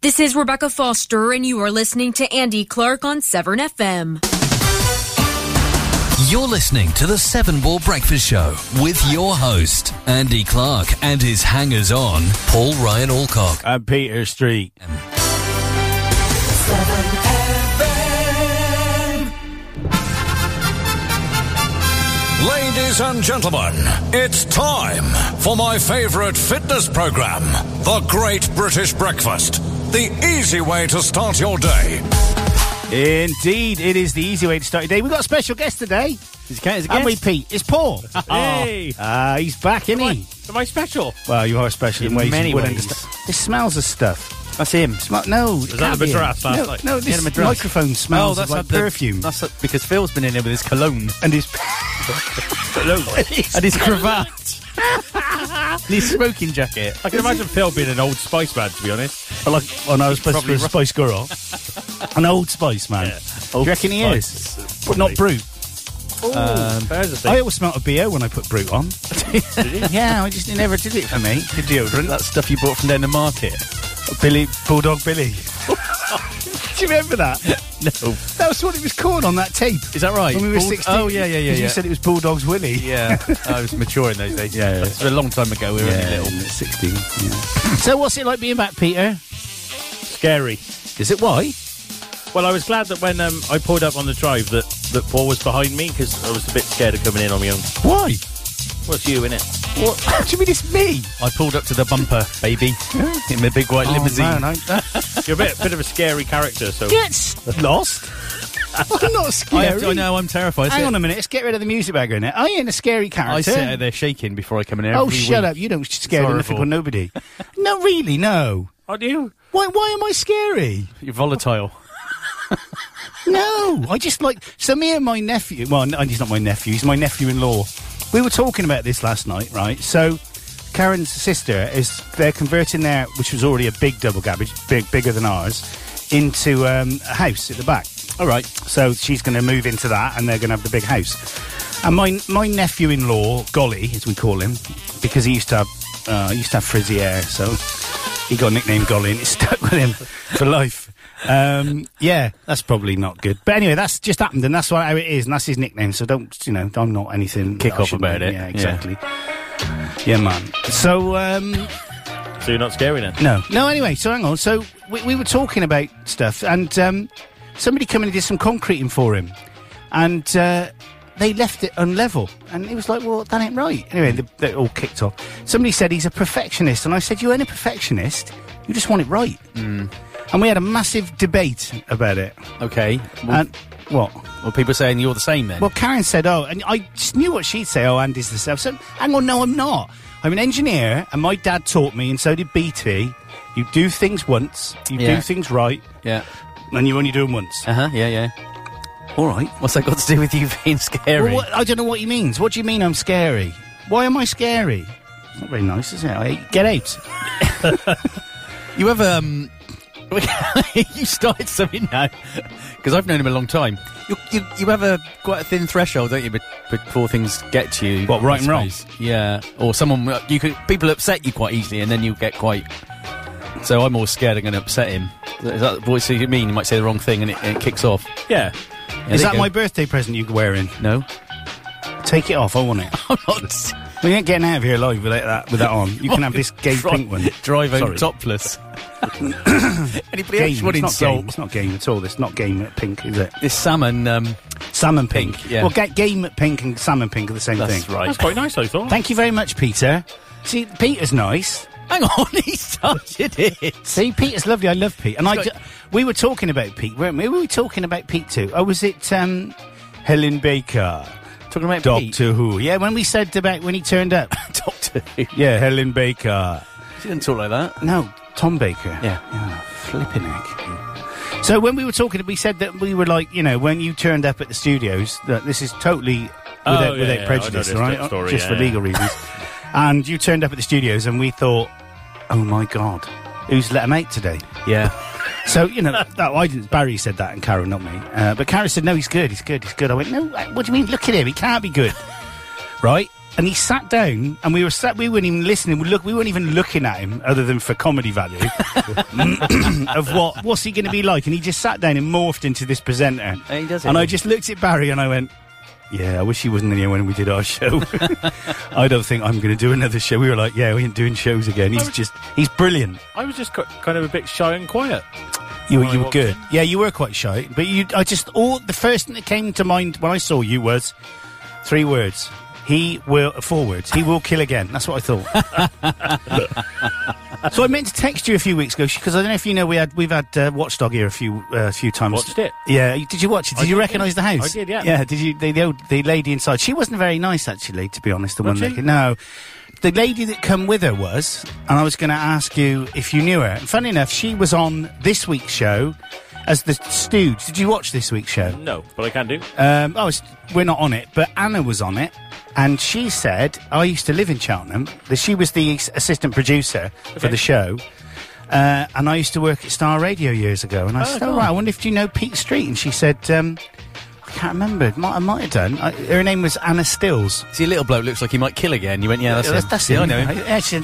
This is Rebecca Foster, and you are listening to Andy Clark on Severn FM. You're listening to the Seven Ball Breakfast Show with your host, Andy Clark, and his hangers on, Paul Ryan Alcock. and Peter Street. Ladies and gentlemen, it's time for my favorite fitness program, The Great British Breakfast. The easy way to start your day. Indeed, it is the easy way to start your day. We've got a special guest today. Is Ken, is And we, Pete? It's Paul. Hey. Ah, he's back, isn't he? Am I special? Well, you are special in, In ways many you would ways. understand. This smells of stuff. That's him. Smell, no, is that a madras last No, night? no You had this a madras? microphone smells of like not the- perfume. That's not- because Phil's been in here with his cologne and his and his cravat. and his smoking jacket. I can imagine Phil being an old Spice man, to be honest. I like when I was supposed to be a Spice Girl, an Old Spice man. Do you reckon he is? But not brute. There's a thing. I always smelt a beer when I put brute on. yeah, I just it never did it for me. The deodorant, That stuff you bought from down the market. Billy Bulldog Billy. Do you remember that? No. That was what it was called on that tape. Is that right? When we were Bull- 16. Oh, yeah, yeah, yeah. You yeah. said it was Bulldog's Willie. yeah, I was mature in those days. Yeah, yeah. It was a long time ago. We were only little. 16. so what's it like being back, Peter? Scary. Is it why? Well, I was glad that when um, I pulled up on the drive that, that Paul was behind me because I was a bit scared of coming in on my own. Why? What's you in it? What? How do you mean it's me? I pulled up to the bumper, baby, in the big white limousine. Oh, no, no. You're a bit, bit of a scary character, so Get lost. I'm not I, scary. have to, I know, I'm terrified. Hang I on a minute. Let's get rid of the music background. Now. I ain't a scary character. sit out there shaking before I come in here. oh, every shut week. up! You don't scare the horrible. mythical nobody. no, really, no. aren't you? Why? Why am I scary? You're volatile. No, I just like so me and my nephew. Well, no, he's not my nephew. He's my nephew-in-law. We were talking about this last night, right? So Karen's sister is they're converting their, which was already a big double garage, big bigger than ours, into um, a house at the back. All right. So she's going to move into that, and they're going to have the big house. And my my nephew-in-law, Golly, as we call him, because he used to have uh, he used to have frizzy hair, so he got nicknamed Golly, and it stuck with him for life. Um, yeah, that's probably not good. But anyway, that's just happened, and that's what, how it is, and that's his nickname. So don't you know? I'm not anything. Kick that I off shouldn't about be. it. Yeah, Yeah. exactly. Yeah, man. So um, So you're not scary then? no, no. Anyway, so hang on. So we, we were talking about stuff, and um, somebody came in and did some concreting for him, and uh, they left it unlevel, and he was like, "Well, that ain't right." Anyway, they, they all kicked off. Somebody said he's a perfectionist, and I said, "You ain't a perfectionist. You just want it right." Hmm. And we had a massive debate about it. Okay. Well, And what? well, people saying you're the same then. Well, Karen said, "Oh," and I just knew what she'd say. Oh, Andy's the self. So, hang on, no, I'm not. I'm an engineer, and my dad taught me, and so did BT. You do things once, you Yeah. do things right, yeah. and you only do them once. Uh huh. Yeah, yeah. All right. What's that got to do with you being scary? Well, what, I don't know what he means. What do you mean I'm scary? Why am I scary? It's not very nice, is it? I, get out. You ever um, you started something now because I've known him a long time. You, you you have a quite a thin threshold, don't you? be- Before things get to you, What, right I and wrong? suppose. Yeah, or someone uh, you could people upset you quite easily, and then you get quite. So I'm always scared I'm going to upset him. Is that what so you mean? You might say the wrong thing, and it, and it kicks off. Yeah. Yeah, Is there that you my go. birthday present you're wearing? no? Take it off. I want it. I'm not. we ain't getting out of here alive with that, with that on. You can have this gay Dri- pink one. Drive home Sorry. topless. Anybody Game. else It's would not game. insult It's not game at all. It's not game pink, is it? this salmon? Um, Salmon pink. Pink, yeah. Well, ga- game pink and salmon pink are the same that's thing. right. That's quite nice, I thought. Thank you very much, Peter. See, Peter's nice. Hang on, he started it. See, Peter's lovely. I love Pete. And I, got- d- we were talking about Pete, weren't we? We were talking about Pete too. Oh, was it um, Helen Baker, Talking about Doctor Pete. Who? Yeah, when we said about when he turned up. Doctor Who. yeah, Helen Baker. She didn't talk like that. No, Tom Baker. Yeah. flipping heck. So when we were talking, we said that we were like, you know, when you turned up at the studios, that this is totally without, yeah, without yeah, I prejudice, noticed all right? that story, Just yeah, for yeah. legal reasons. and you turned up at the studios, and we thought, oh my god, who's let him out today? Yeah. So you know, that, I didn't, Barry said that, and Karen, not me. Uh, but Karen said, "No, he's good. He's good. He's good." I went, "No, what do you mean? Look at him. He can't be good, right?" and he sat down, and we were sat. We weren't even listening. We look, we weren't even looking at him, other than for comedy value. of what? What's he going to be like? And he just sat down and morphed into this presenter. And he does it. And I just looked at Barry, and I went, "Yeah, I wish he wasn't in here when we did our show. I don't think I'm going to do another show." We were like, "Yeah, we ain't doing shows again." He's just, he's brilliant. I was just ki- kind of a bit shy and quiet. You, I you were walked in. good. Yeah, you were quite shy. But you, I just all the first thing that came to mind when I saw you was three words. He will uh, four words. He will kill again. That's what I thought. so I meant to text you a few weeks ago because I don't know if you know we had we've had uh, Watchdog here a few uh, a few times. Watched it. Yeah. you- Did you watch it? Did I you did, recognise the yeah. house? I did, yeah. Yeah. Did you the the, old, the lady inside? She wasn't very nice actually. To be honest, the one she? that, no. The lady that come with her was, and I was going to ask you if you knew her. And funny enough, she was on this week's show as the Stooge. Did you watch this week's show? No, but I can do. Um, oh, it's, we're not on it, but Anna was on it, and she said, "I used to live in Cheltenham. That she was the s- assistant producer for Okay. the show, uh, and I used to work at Star Radio years ago." And I said, "All right, I wonder if you know Pete Street." And she said, um, "I can't remember. Might, I might have done." I, her name was Anna Stills. See, a little bloke looks like he might kill again. You went, yeah, that's Yeah, him. yeah, I know him. Yeah, she-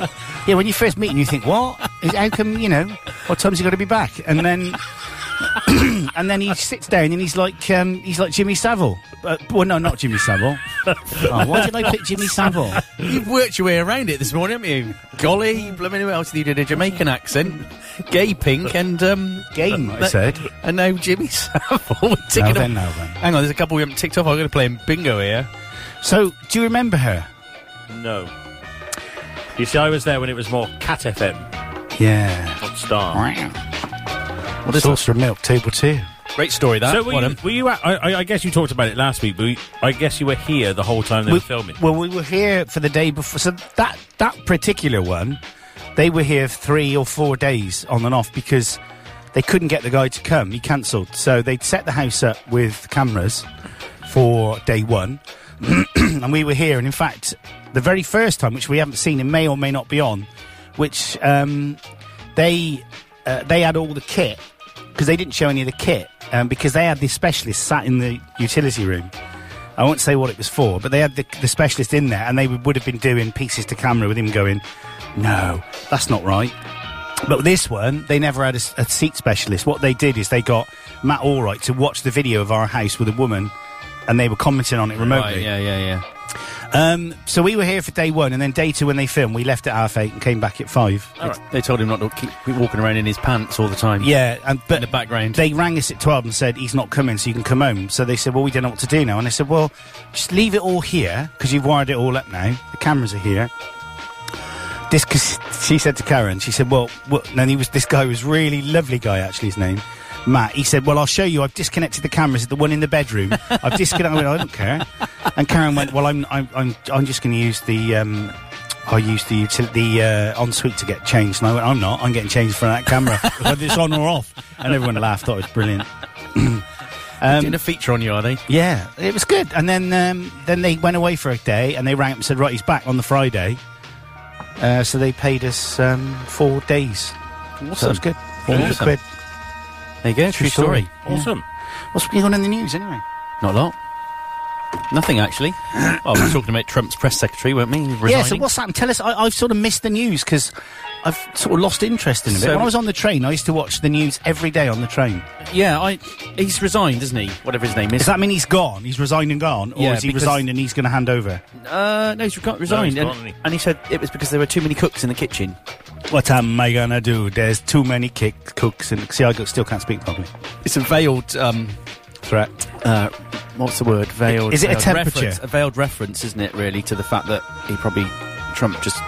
yeah, when you first meet him, you think, "What? Is- How come? You know, what time's he got to be back?" And then, and then he sits down and he's like, um, he's like Jimmy Savile. Uh, well, no, not Jimmy Savile. oh, why did I pick Jimmy Savile? You've worked your way around it this morning, haven't you? Golly, blooming who else? You did a Jamaican accent, gay pink, and um, Game, I that- said. And now Jimmy Savile. We're ticking then, off- now then. Hang on, there's a couple we haven't ticked off. I'm going to play him bingo here. So, do you remember her? No. You see, I was there when it was more Cat FM, Yeah. not Star. What is Saucer of milk, table two. that? Great story that. So What were you, him. were you at, I, I- I guess you talked about it last week, but we- I guess you were here the whole time they were filming. Well, we were here for the day before. So that that particular one, they were here three or four days on and off because they couldn't get the guy to come. He cancelled. So they'd set the house up with cameras for day one, and we were here. And in fact, the very first time, which we haven't seen and may or may not be on, which um, they uh, they had all the kit because they didn't show any of the kit um, because they had the specialist sat in the utility room. I won't say what it was for, but they had the, the specialist in there, and they would, would have been doing pieces to camera with him going, "No, that's not right." But with this one, they never had a, s- a seat specialist. What they did is they got Matt Allright to watch the video of our house with a woman, and they were commenting on it remotely. Right, yeah, yeah, yeah. Um, so we were here for day one, and then day two when they filmed, we left at half eight and came back at five. They told him not to keep keep walking around in his pants all the time. Yeah, and but In the background. they rang us at twelve and said he's not coming, so you can come home. So they said, well, we don't know what to do now, and I said, well, just leave it all here because you've wired it all up now. The cameras are here. This, cause she said to Karen, she said, well, what, and he was this guy was really lovely guy actually. His name. Matt, he said, "Well, I'll show you. I've disconnected the cameras at the one in the bedroom. I've disconnected. I, went, I don't care." And Karen went, "Well, I'm, I'm, I'm, I'm just going to use the, um, I use the util- the uh, ensuite to get changed." And I went, "I'm not. I'm getting changed for that camera, whether it's on or off." And everyone laughed. Thought it was brilliant. Doing a feature on you, are they? Yeah, it was good. And then um, then they went away for a day, and they rang up and said, "Right, he's back on the Friday." Uh, so they paid us um, four days. So it was good. Four hundred Awesome. quid. There you go. True, story. Awesome. What's been on in the news anyway? Not a lot. Nothing actually. well, we were talking about Trump's press secretary, weren't we? Resigning. Yeah. So what's happened? Tell us. I, I've sort of missed the news because I've sort of lost interest in it. So- when I was on the train, I used to watch the news every day on the train. Yeah, I. He's resigned, isn't he? Whatever his name is. Does that mean he's gone? He's resigned and gone, or Yeah, is he because- resigned and he's going to hand over? uh, no, he's re- resigned, gone, and- hasn't and, he? he said it was because there were too many cooks in the kitchen. What am I gonna do? There's too many kick cooks, and see, I go- still can't speak properly. It's a veiled. Um, Threat. uh, what's the word? Veiled. Is it a veiled temperature? reference- a veiled reference, isn't it? Really, to the fact that he probably Trump just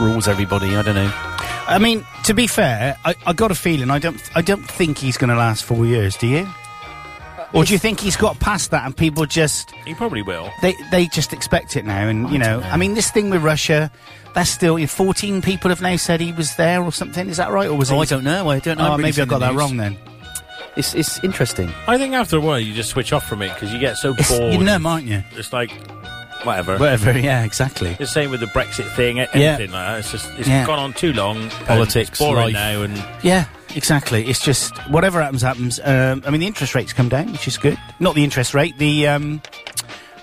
rules everybody. I don't know. I mean, to be fair, I, I got a feeling I don't I don't think he's going to last four years. Do you? Or do you think he's got past that and people just He probably will. they they just expect it now? And you know, I mean, this thing with Russia, that's still fourteen people have now said he was there or something. Is that right? Or was it? Oh, I don't know. I don't know. Oh, haven't really maybe I seen got the that news. wrong then. It's it's interesting. I think after a while you just switch off from it because you get so It's, bored. you're numb, aren't you? It's like whatever. Whatever. Yeah, exactly. the same with the Brexit thing, e-, anything Yeah. like that. It's just it's Yeah. gone on too long. and Politics, it's boring life. now, and Yeah, exactly. It's just whatever happens, happens. Um, I mean, the interest rates come down, which is good. Not the interest rate, the um,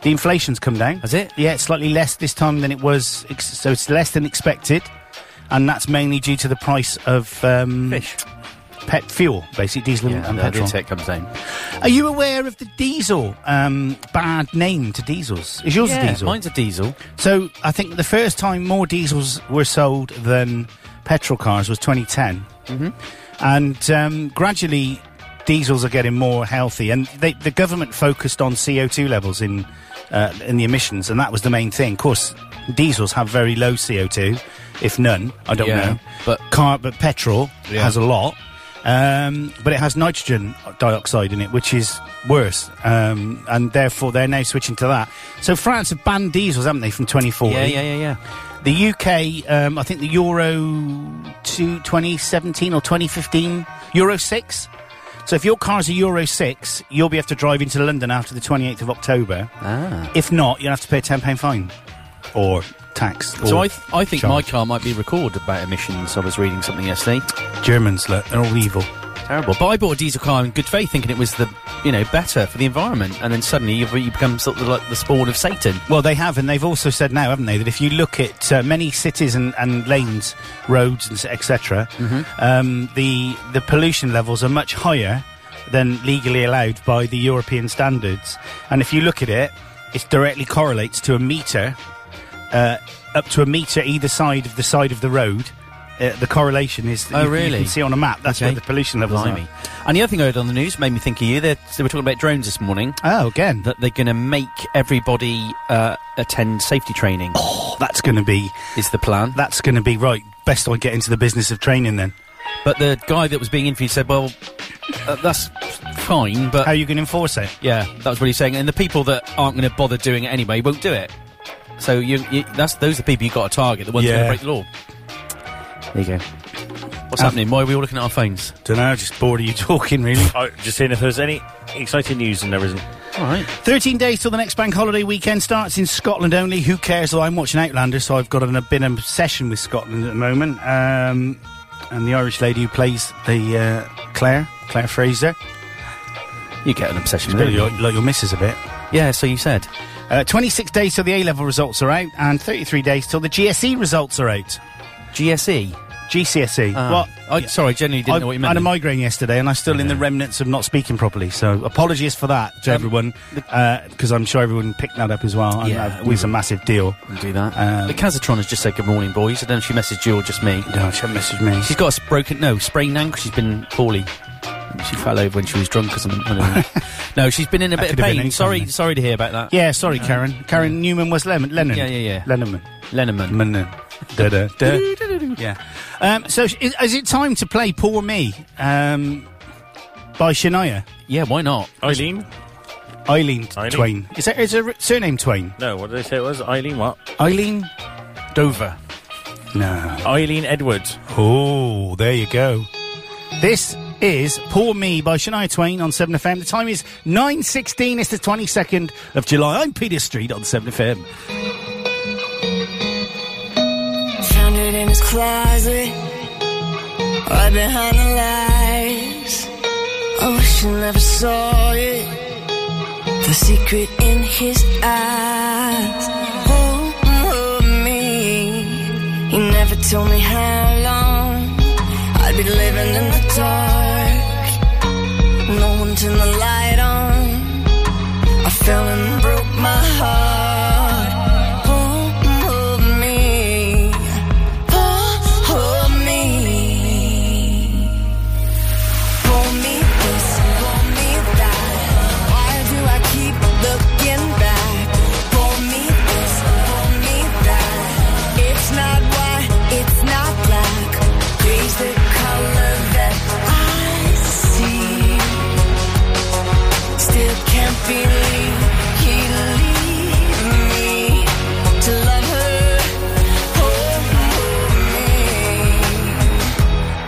The inflation's come down. Has it? Yeah, it's slightly less this time than it was, ex- so it's less than expected, and that's mainly due to the price of um, Fish. pet fuel, basically diesel Mm. and- Yeah, and the petrol. tech comes down. Are you aware of the diesel um, bad name to diesels? Is yours a diesel? Mine's a diesel. So I think the first time more diesels were sold than petrol cars was 2010, and um, gradually diesels are getting more healthy. And they, the government focused on CO2 levels in uh, in the emissions, and that was the main thing. Of course, diesels have very low CO2, if none. I don't Yeah, know, but- car but petrol has a lot. Um, but it has nitrogen dioxide in it, which is worse, um, and therefore they're now switching to that. So France have banned diesels, haven't they, from 2040? Yeah, yeah, yeah, yeah. The UK, um, I think the Euro two, 2017 or 2015, Euro 6. So if your car's a Euro 6, you'll be able to drive into London after the 28th of October. Ah. If not, you'll have to pay a £10 fine or tax. So or I, th- I think my charge. car might be recorded about emissions. I was reading something yesterday. Germans, look, they're all evil. Terrible. But I bought a diesel car in good faith, thinking it was the you know better for the environment, and then suddenly you've, you become sort of like the spawn of Satan. Well, they have, and they've also said now, haven't they, that if you look at uh, many cities and, and lanes, roads, and etc., Mm-hmm. um, the the pollution levels are much higher than legally allowed by the European standards. And if you look at it, it directly correlates to a meter, uh, up to a meter either side of the side of the road. Uh, the correlation is that Oh, you, you really? can see on a map. That's Okay. where the pollution levels Blimey. And the other thing I heard on the news made me think of you. They're, they were talking about drones this morning. are. Oh, again, That they're going to make everybody uh, attend safety training Oh. that's going to be is the plan. that's going to be right. Best I get into the business of training then. But the guy that was being interviewed said, "Well, uh, that's fine, but How are you going to enforce it? yeah, that was what he's saying." And the people that aren't going to bother doing it anyway won't do it. So you, you that's those are the people you have got to target. The ones Yeah. that are going to break the law. There you go. What's happening? Why are we all looking at our phones? Don't know, just bored of you talking, really. Oh, just seeing if there's any exciting news, and there isn't. All right. 13 days till the next bank holiday weekend starts in Scotland only. Who cares? Though I'm watching Outlander, so I've got an, a bit of obsession with Scotland at the moment. Um, and the Irish lady who plays the uh, Claire, Claire Fraser. You get an obsession with Really it. like, like your missus a bit. Yeah, so you said. Uh, 26 days till the A level results are out, and 33 days till the GSE results are out. GSE. GCSE. Ah. E. I, Sorry, I genuinely didn't E. I know what you had meant. Uh-huh. a migraine yesterday, and I'm still in the remnants of not speaking properly. So apologies for that to Um, everyone, because I'm sure everyone picked that up as well. And Yeah, yeah, it was a massive deal. Didn't do that. Um, the Kazatron has just said good morning, boys. I don't know if she messaged you or just me. No, she messaged me. She's got a s- broken, no, sprained ankle. She's been poorly. She fell over when she was drunk or something. I don't know. no, she's been in a That bit of could have been pain. anything. Sorry, sorry to hear about that. Yeah, sorry, Karen. Karen Newman was Lennon. Lennon. Yeah, yeah, yeah. Lennon. Lenneman. Lennon. Da, da, da. yeah. Um, so, sh- is, is it time to play Poor Me um, by Shania? Yeah, why not? Eileen? Eileen, Eileen. Twain. Is that is her surname Twain? No, what did they say it was? Eileen what? Eileen? Dover. No. Eileen Edwards. Oh, there you go. This is Poor Me by Shania Twain on 7FM. The time is 9.16. It's the 22nd of July. I'm Peter Street on 7FM. Found it in his closet, right behind the lies. I wish you never saw it. The secret in his eyes. Oh, me. He never told me how long I'd be living in the dark. No one turned the light on. I fell and broke my heart. Oh, me for me. For me this, for me that. Why do I keep looking back? For me this, for me that. It's not white, it's not black. Grey's the color that I see. Still can't believe he leave me to love her. Oh, me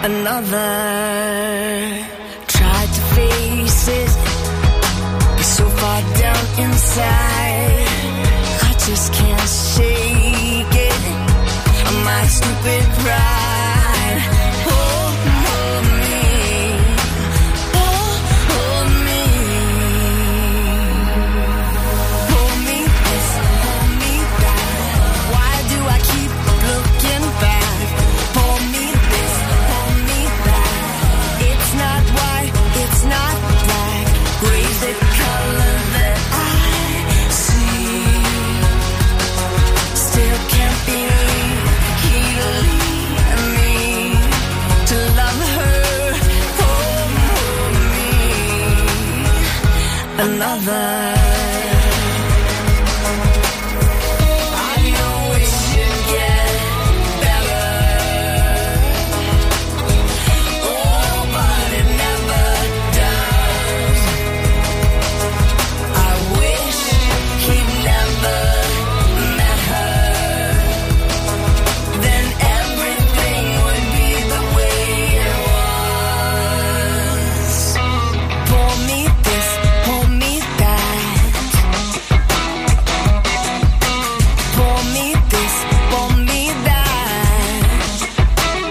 another. Tried to face it, but so far down inside, I just can't shake it. My stupid pride. Oh, oh, me. Oh, oh, me. Oh, me another. I know it should get better. Oh, but it never does. I wish he'd never met her. Then everything would be the way it was. Pull me this, pull me that. Pull me this, pull me that. Oh,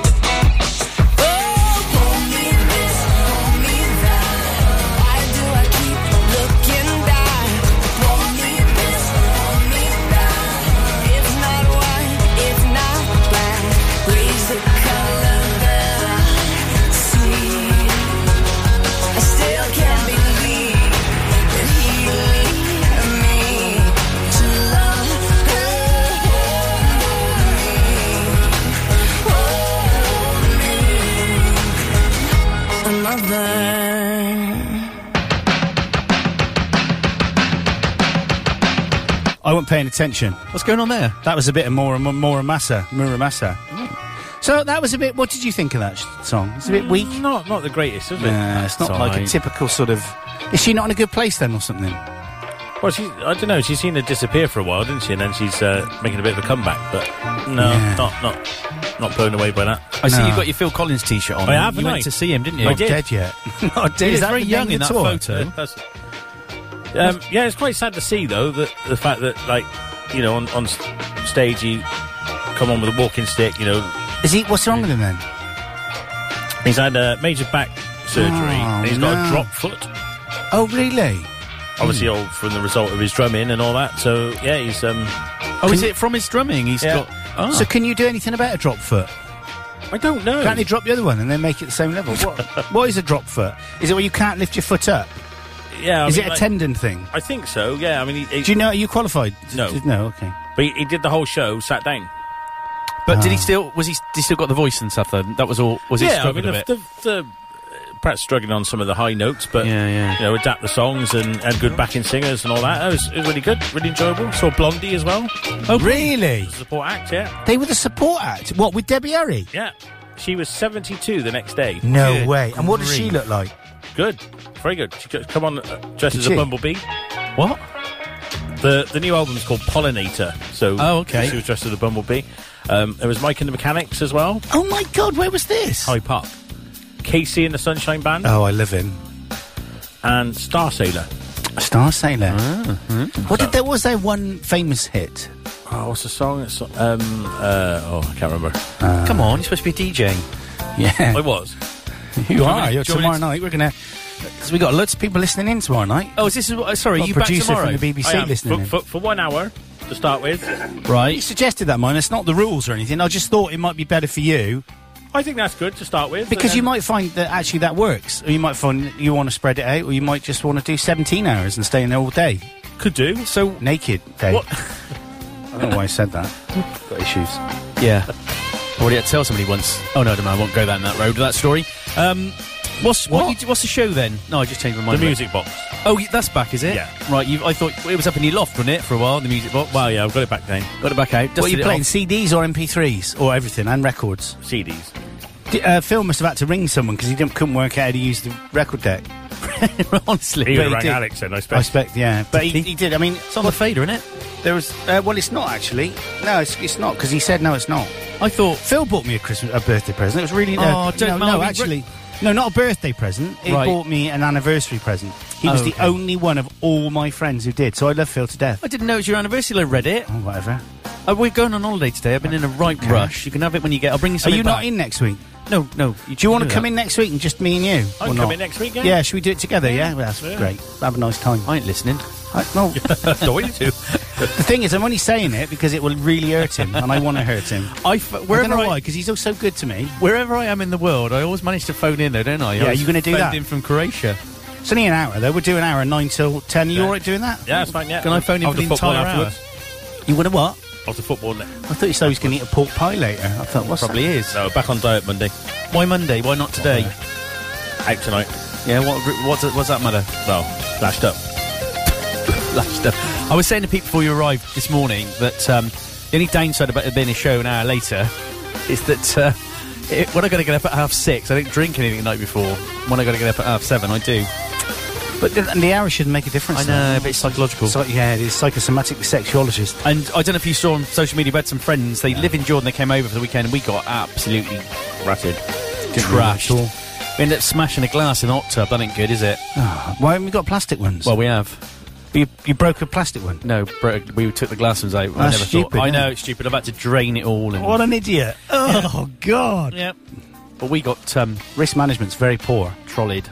pull me this, pull me that. Why do I keep looking back? Pull me this, pull me that. If not one, if not that, raise the color that I see. I still can't believe that he left me to love her, hold me, hold me, another. I wasn't paying attention. What's going on there? That was a bit of more and more Muramasa. Muramasa. So that was a bit. What did you think of that sh- song? It's a bit weak. Mm, Oh, Not not the greatest, is it? Yeah, it's not like a Right. typical sort of. Is she not in a good place then, or something? Well, she's, I don't know. She's seen her disappear for a while, didn't she? And then she's uh, making a bit of a comeback. But no, Yeah. not not not blown away by that. I see No. you've got your Phil Collins T-shirt on. I have, You haven't went I? to see him, didn't you? I did. Dead yet? not dead. Is He was that very the young name in of that the tour? photo. That's- um, yeah, it's quite sad to see though that the fact that like you know on on s- stage he come on with a walking stick. You know, Is he? What's wrong with him then? he's had a major back surgery. and he's got Oh, no. Hmm. a drop foot. Oh really? Obviously, all from the result of his drumming and all that. So yeah, he's um. Oh, is it from his drumming? He's Yeah. got. Oh. So can you do anything about a drop foot? I don't know. Can't they drop the other one and then make it the same level? What, what is a drop foot? Is it where you can't lift your foot up? yeah, I is mean, it a like- tendon thing? I think so. Yeah, I mean, he, he, Do you know? Are you qualified? No. No. Okay. but he, he did the whole show sat down. but Ah. did he still? Was he? Did he still got the voice and stuff? Then that was all. Was he yeah, I mean, struggling the, a bit? the, the, uh, perhaps struggling on some of the high notes, but Yeah, yeah. you know, adapt the songs and had good backing singers and all that. It was, it was really good, really enjoyable. Saw Blondie as well, Oh really? support act. Yeah, They were the support act. What with Debbie Harry? yeah. She was 72 the next day. No Good way. And what does she grief. look like? Good, very good. She could come on uh, dressed Did as a she? bumblebee. What? The the new album's called Pollinator. So Oh, okay. She was dressed as a bumblebee. Um, there was Mike and the Mechanics as well. Oh my god, where was this? High Park. Casey and the Sunshine Band Oh, I live in and Star Sailor. Star Sailor. Mm-hmm. What did there was there one famous hit? Oh, what's the song? It's, um, uh, oh, I can't remember. Come on, you're supposed to be DJing. I Yeah, was. you want are. me- You're Oh, do you want me tomorrow to- night. We're gonna because we got loads of people listening in tomorrow night. Oh, is this? Is, sorry, Got you a back producer tomorrow? from the BBC I am. listening. For, in. for, for one hour to start with. You right. suggested that, mine. It's not the rules or anything. I just thought it might be better for you I think that's good to start with. because you and then- might find that actually that works, or you might find you want to spread it out, or you might just want to do 17 hours and stay in there all day could do. So naked. Day. What? I don't know why I said that. Got issues. yeah, I already had to tell somebody once. Oh no, I don't know, I won't go down that road. That story. Um, what's what? What? you- what's the show then? No, I just changed my The mind. music box. Oh, y- that's back, is it? Yeah. Right. You, I thought it was up in your loft, wasn't it, for a while? The music box. Well, yeah, I've got it back then. Got it back out. What are dusted you it playing? off. CDs or MP3s or everything and records? CDs. D- uh, Phil must have had to ring someone because he didn't, couldn't work out how to use the record deck. Honestly, But he He would have rang did. Alex then, I I suppose. expect, yeah, but he, he did. I mean, it's on the fader, isn't it? there was. Uh, well, it's not actually. No, it's, it's not because he said no, it's not. I thought. Phil bought me a Christmas, a birthday present. It was really. Oh, uh, don't no, mind no, me. actually, no, not a birthday present. He Right. bought me an anniversary present. He was Oh, the okay. only one of all my friends who did. So I love Phil to death. I didn't know it was your anniversary. I read it. Oh, whatever. Oh, we're going on holiday today. I've been in a right rush. You can have it when you get. I'll bring you Are something. you not back. in next week? No, no. Do you want to come in next week and just me and you? I or can not? come in next week, yeah? Yeah, should we do it together? Yeah, well, that's Yeah. great. Have a nice time. I ain't listening. I, well, Don't want Oh, you to. The thing is, I'm only saying it because it will really hurt him, and I want to hurt him. I f- Wherever I wherever don't know I, why, because he's all so good to me. wherever I am in the world, I always manage to phone in, though, don't I? I Yeah, always you gonna do phoned that? in from Croatia. It's only an hour though. We'll do an hour, nine till ten. Are you Yeah. all right doing that? Yeah, that's fine, yeah. Can I phone in After for the football entire hour? afterwards? You want to what? After football, ne- I thought you said he was going to eat a pork pie later. I thought what's Probably is. no, back on diet Monday. Why Monday? Why not today? Out tonight. Yeah. What? What? What's that matter? Well, lashed up. slash stuff. I was saying to people before you arrived this morning that um, the only downside about there being a show an hour later is that uh, it, when I got to get up at half six, I don't drink anything the night before. When I got to get up at half seven, I do. But the, and the hour shouldn't make a difference. I know, but it's psychological. though. So, yeah, it is psychosomatic sexuologist. And I don't know if you saw on social media, we had some friends. They live in Jordan. They came over for the weekend. and We got absolutely Rapid. trashed. We ended up smashing a glass in the hot tub. That ain't good, is it? Why haven't we got plastic ones? Well, we have. you, you broke a plastic one. No, bro, we took the glass ones out. I That's never stupid, thought. I isn't know it? it's stupid. I've had to drain it all. And, What an idiot! Oh God! Yeah. But we got um, Risk management's very poor. trolleyed.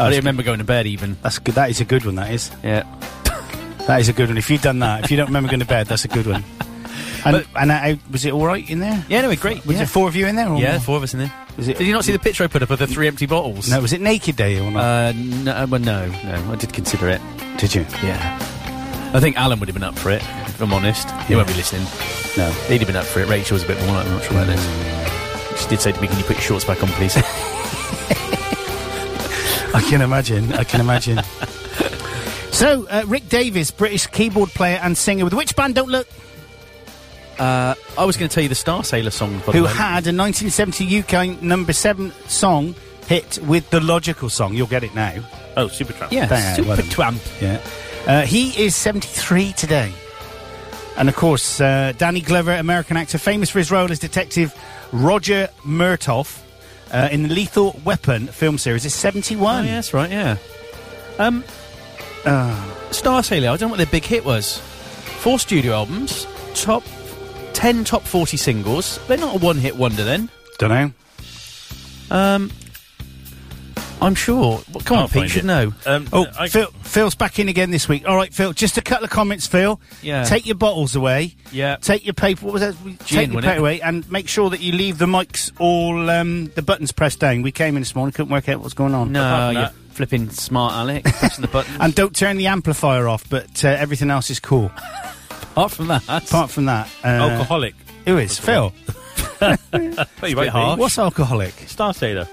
I don't remember going to bed even. That's good. That is a good one. That is. Yeah. That is a good one. If you've done that, if you don't remember going to bed, that's a good one. And, and uh, was it all right in there? Yeah, no, great. Was yeah. there four of you in there? Or yeah, more? four of us in there. Was it- Did you not see the picture I put up of the three empty bottles? No, was it naked day or not? Uh, no, well, no, no. I did consider it. Did you? Yeah. I think Alan would have been up for it, if I'm honest. He won't be listening. No. He'd have been up for it. Rachel was a bit more like, I'm not sure about this. She did say to me, can you put your shorts back on, please? I can imagine. I can imagine. so, uh, Rick Davis, British keyboard player and singer with which band? Don't look. I was going to tell you the Star Sailor song, by the Who way. had a 1970 UK number seven song hit with the logical song? You'll get it now. Oh, super trap. Yeah, Damn, Super well done. Twamp. Yeah. Uh, he is 73 today. And of course, uh, Danny Glover, American actor, famous for his role as Detective Roger Murtoff uh, in the Lethal Weapon film series, is 71. Oh, yeah, that's right, yeah. Um, uh, Star Sailor, I don't know what their big hit was. Four studio albums, top 10 top 40 singles. They're not a one hit wonder then. Don't know. I'm sure. Well, come on, Can't Pete, you find should it. know. Um, Oh, I- Phil, Phil's back in again this week. All right, Phil, just a couple of comments, Phil. Yeah. Take your bottles away. Yeah. Take your paper. What was that? Take your wasn't it? paper away and make sure that you leave the mics all, um, the buttons pressed down. We came in this morning, couldn't work out what's going on. No, Apart from you that- flipping smart Alex, pressing the button. And don't turn the amplifier off, but uh, everything else is cool. apart from that, Apart from that, uh, alcoholic. Who is Phil? But you won't be. harsh. What's alcoholic? Star Sailor.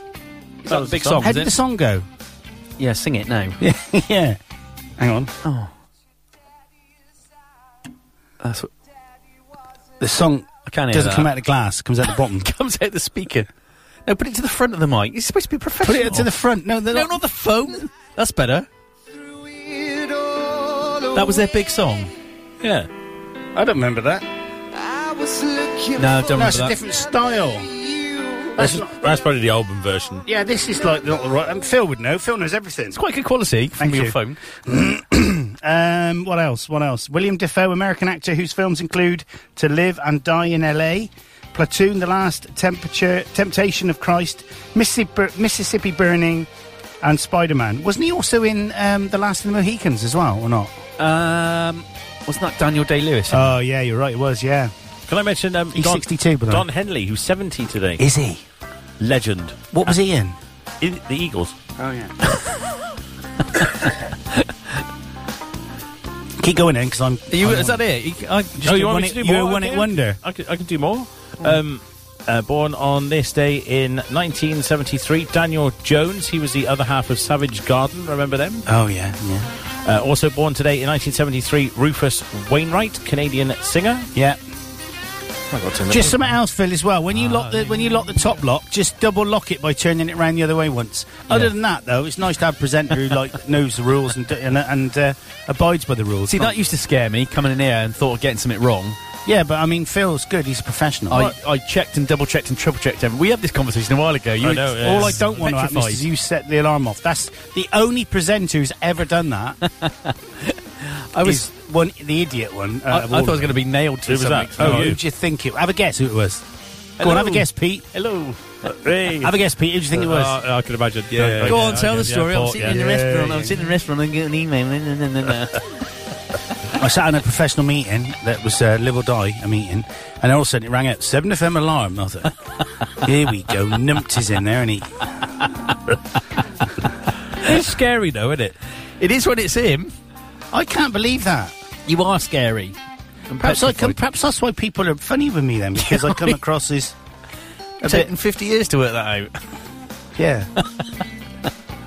Is that the big song? How Was did it? the song go? yeah, sing it now. yeah. Hang on. That's what The song I can't hear doesn't that. come out of the glass; comes out the bottom. comes out the speaker. No, put it to the front of the mic. It's supposed to be Put professional. it to the front. No, they're no, not- not the phone. That's better. That was their big song. Yeah. I don't remember that. No, don't remember No, it's a that. different style. That's, that's probably the album version. Yeah, this is like not the right. Um, Phil would know. Phil knows everything. It's quite good quality from Thank your you. phone. Um, what else? What else? William Defoe, American actor whose films include To Live and Die in L.A., Platoon, The Last Temperature, Temptation of Christ, Mississippi, Mississippi Burning, and Spider-Man. Wasn't he also in um, The Last of the Mohicans as well, or not? Um, wasn't that Daniel Day Lewis? Oh yeah, you're right. It was yeah. Can I mention um, He's Don, 62, by the way. Don Henley, who's 70 today. Is he? Legend. What was he in? In, the Eagles. Oh yeah. Keep going in because I'm. you, I'm is that it? You- I, Just oh, a you want one me to it- do more? you're a one Okay. it wonder. I can, I can do more. Um, uh, born on this day in 1973, Daniel Jones. He was the other half of Savage Garden. Remember them? Oh yeah, yeah, Uh, also born today in 1973, Rufus Wainwright, Canadian singer. yeah. I got to Just something else, Phil, as well. When you lock the when you lock the top lock, just double lock it by turning it round the other way once. Other than that, though, it's nice to have a presenter who like knows the rules and d- and, and uh, abides by the rules. see, that used to scare me coming in here and thought of getting something wrong. yeah, but I mean, Phil's good. He's a professional. I, I checked and double checked and triple checked everything. We had this conversation a while ago. You I were- know, yeah. All I don't want to happen uh, Petrified. is you set the alarm off. That's the only presenter who's ever done that. I was was. one the idiot one. Uh, I, I of thought I all was of going to them. be nailed to Who was something. that? Oh, Who you. do you think it? Have a guess who it was. Go on, have a Hello. guess, Pete. Uh, Hello. Uh, Hey. Uh, Have a guess, Pete. Who do you think it was? I can imagine. Yeah. Go on, tell the story. Yeah, I'm thought, sitting yeah. in the yeah. restaurant. Yeah, I'm yeah. sitting in the restaurant. I'm getting an email. No, no, no, no. I sat in a professional meeting that was uh, live or die a meeting, and all of a sudden it rang out seven FM alarm. And I thought, here we go, numpty's in there, and he It's scary though, isn't it? it is when it's him. I can't believe that. You are scary. I'm Perhaps I come, petrified. perhaps that's why people are funny with me then because I come across as It's taken 50 years to work that out. yeah.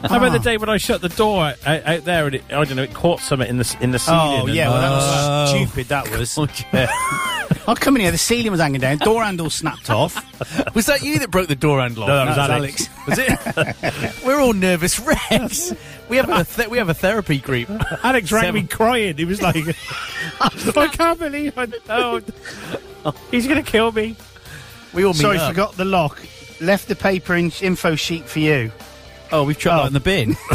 How about the day when I shut the door out, out there and it, I don't know, it caught something in the s- in the ceiling. Oh and- yeah, well that was Oh. stupid. That was. I come in here, the ceiling was hanging down, door handle snapped off. Was that you that broke the door handle? No, that was off? Alex. Was it? We're all nervous wrecks. We have a th- we have a therapy group. Alex rang me Seven. crying. He was like, "I can't believe I oh, he's going to kill me." We all meet Sorry, up. forgot the lock. Left the paper in info sheet for you. Oh, we've chucked that in the bin.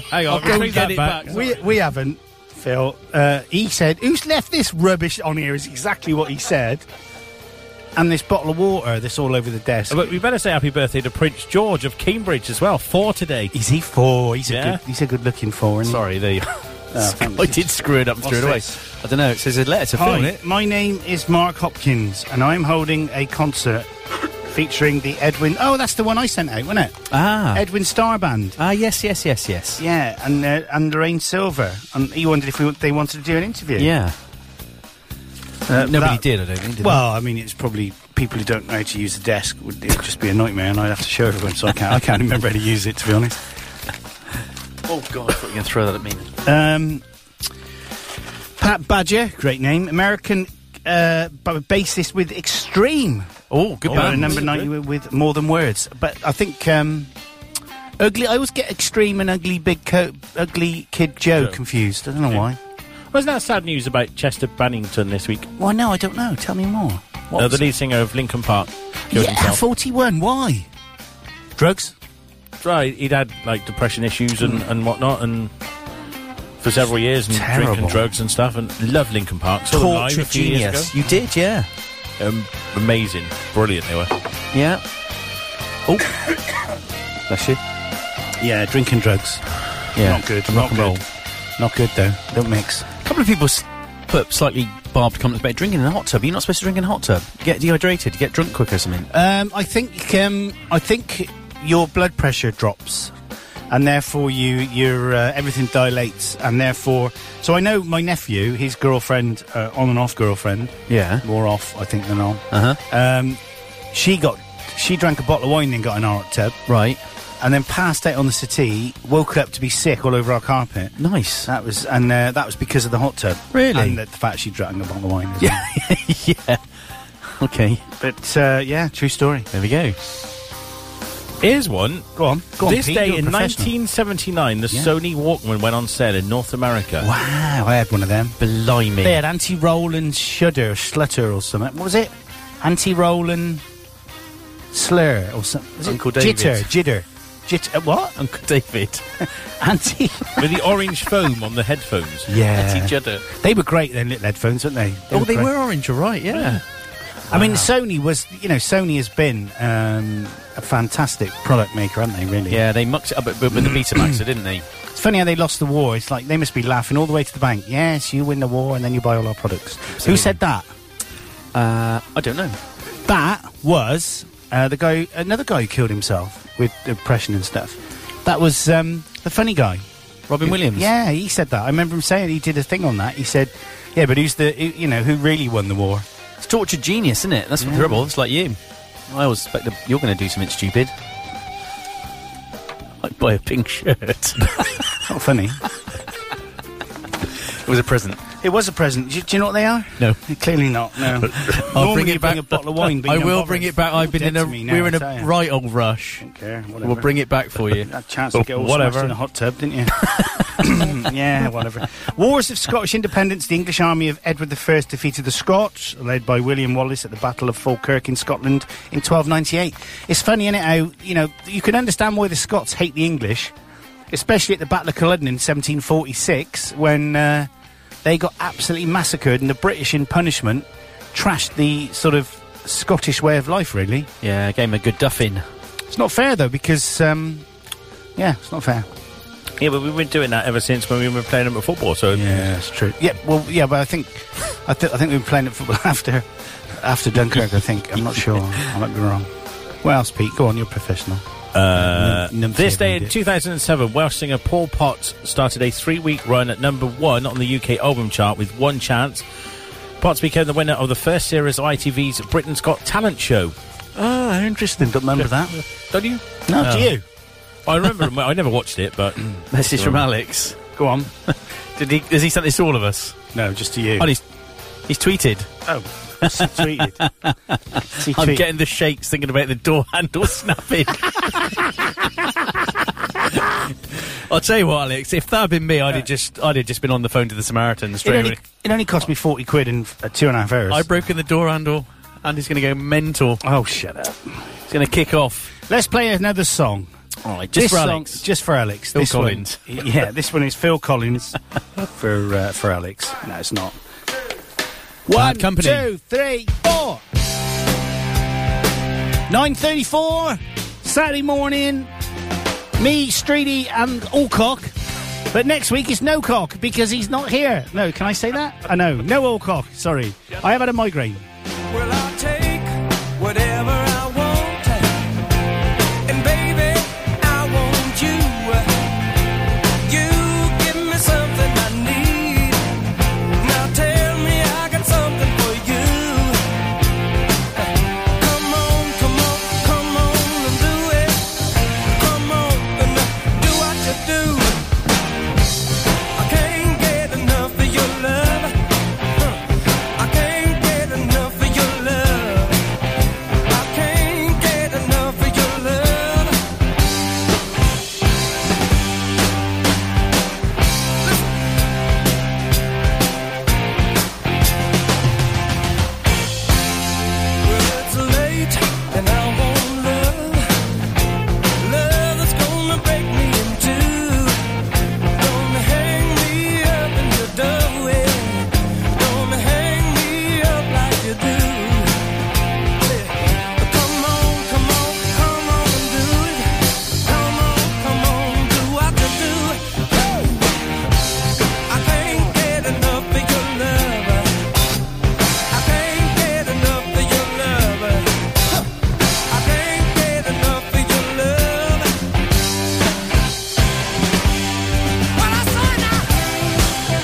Hang on, go we'll get get it it back. back. We we haven't, Phil. Uh, he said, "Who's left this rubbish on here?" Is exactly what he said. And this bottle of water that's all over the desk. But we better say happy birthday to Prince George of Cambridge as well. Four today. Is he four? He's Yeah. a good, he's a good looking four. Isn't Oh, Sorry, there you thanks. I did screw it up and threw it away. What's I don't know. It says a letter to Hi, film it. my name is Mark Hopkins, and I'm holding a concert featuring the Edwin. Oh, that's the one I sent out, wasn't it? Ah. Edwin Starr Band. Ah, yes, yes, yes, yes. Yeah, and uh, and Lorraine Silver. And he wondered if we, they wanted to do an interview. Yeah. Uh, Nobody that- did, I don't think. Did Well, I mean, it's probably people who don't know how to use the desk would it would just be a nightmare, and I'd have to show everyone. So I can't, I can't remember how to use it to be honest. oh god, I thought you were going to throw that at me. Um, Pat Badger, great name, American uh, b- bassist with Extreme, Oh, good oh, band. number ninety with, with More Than Words. But I think um, ugly. I always get Extreme and Ugly Big Co- Ugly Kid Joe confused. I don't know why. Wasn't that sad news about Chester Bannington this week? Why? No, I don't know. Tell me more. What Uh, was- the lead singer of Lincoln Park killed yeah, himself. forty-one. Why? Drugs. Right, he'd had like depression issues Hmm. and, and whatnot, and for several years, and Terrible. drinking drugs and stuff, and loved Lincoln Park. Saw them live a few years ago. You did, yeah. Um, amazing, brilliant they were. Yeah. Oh. Bless you. Yeah, drinking drugs. Yeah. Not good. Rock not and roll. Good. Not good though. Don't mix. A couple of people s- put slightly barbed comments about drinking in a hot tub. You're not supposed to drink in a hot tub. You get dehydrated, you get drunk quicker or something. Um, I think um, I think your blood pressure drops, and therefore you your uh, everything dilates, and therefore. So I know my nephew, his girlfriend, uh, on and off girlfriend, Yeah. more off I think than on. Uh huh. Um, she got she drank a bottle of wine and got an hot tub, Right. and then passed out on the settee. Woke up to be sick all over our carpet. Nice. That was and uh, that was because of the hot tub, Really? and the, the fact she drank a bottle of wine. as well. yeah. yeah. Okay. But uh, yeah, true story. There we go. Here's one. Go on, go on. this Pete, day you're a in professional. 1979, the Yeah. Sony Walkman went on sale in North America. Wow, I had one of them. Blimey. They had anti-roll and shudder, slutter, or something. What was it? Anti-roll and slur, or something. Was it Uncle David. Jitter, jitter, jitter. uh, What? Uncle David. Anti. With the orange foam on the headphones. yeah. Judder. They were great then, little headphones, weren't they? Oh, they great. were orange, you're right, yeah. I mean, Sony was. You know, Sony has been um, a fantastic product maker, haven't they? Really. Yeah, they mucked it up at, with the Betamaxer, didn't they? It's funny how they lost the war. It's like they must be laughing all the way to the bank. Yes, you win the war, and then you buy all our products. Who said that? Uh, I don't know. That was uh, the guy, another guy who killed himself with depression and stuff. That was um, the funny guy. Robin Williams. Yeah, he said that. I remember him saying he did a thing on that. He said, "Yeah, but who's the who, you know who really won the war?" It's tortured genius, isn't it? Mm. That's terrible. It's like you. I always expect that you're going to do something stupid. Like buy a pink shirt. it Not funny. was a present. it was a present. Do, you- do you know what they are? No. clearly not. No. Normally you a bottle of wine. But I you don't will bother. bring it back. I've been Dead in a. to me now, we're in I a tell you. right old rush. Don't care, We'll whatever. bring it back for you. That chance to get all Whatever. smashed in a hot tub, didn't you? yeah, whatever. Wars of Scottish Independence. The English army of Edward I defeated the Scots, led by William Wallace at the Battle of Falkirk in Scotland in 1298. It's funny, innit, how you know you can understand why the Scots hate the English, especially at the Battle of Culloden in 1746 when uh, they got absolutely massacred, and the British, in punishment, trashed the sort of Scottish way of life. Really, Yeah, I gave him a good duffin. it's not fair though because. Um, yeah, it's not fair. Yeah, but we've been doing that ever since when we were playing them at football. So Yeah, that's true. Yeah, well, yeah, but I think I, th- I think we were playing at football after after Dunkirk. I think I'm not sure. I might be wrong. What else, Pete? Go on, you're professional. Uh, Num- numpty, this I day read in it. 2007, Welsh singer Paul Potts started a three-week run at number one on the UK album chart with One Chance. Potts became the winner of the first series of ITV's Britain's Got Talent show. Oh, interesting. Don't remember that. Don't you? No, do you? I remember. it, I never watched it, but Message from Alex. Go on. Did he? Has he sent this to all of us? No, just to you. Oh, he's he's tweeted. Oh, she tweeted. She I'm tweet- getting the shakes thinking about the door handle snapping. I'll tell you what, Alex. If that had been me, I'd have just, I'd have just been on the phone to the Samaritans it, straight only, away. it only cost me 40 quid in uh, two and a half hours. I've broken the door handle, and he's going to go mental. oh, shut up. He's going to kick off. Let's play another song. All right, this song, just for Alex. Phil this one- Collins. yeah, this one is Phil Collins for uh, for Alex. No, it's not. One, company. two, three, four. Nine thirty-four Saturday morning. Me, Streety, and Alcock. But next week it's no cock because he's not here. No, can I say that? I know. No Alcock. Sorry, I have had a migraine. Well, I'll take whatever I want. And baby, I want you. You give me something I need. Now tell me I got something for you. Come on, come on, come on and do it. Come on and do what you do. I can't get enough of your love. I can't get enough of your love. I can't get enough of your love. Well, it's late and I want love, love that's gonna break me in two. Gonna hang me up in the doorway. Gonna hang me up like you do. Come on, come on, come on and do it. Come on, come on, do what you do. I can't get enough of your love. I can't get enough of your love. I can't get enough of your love. What I say now?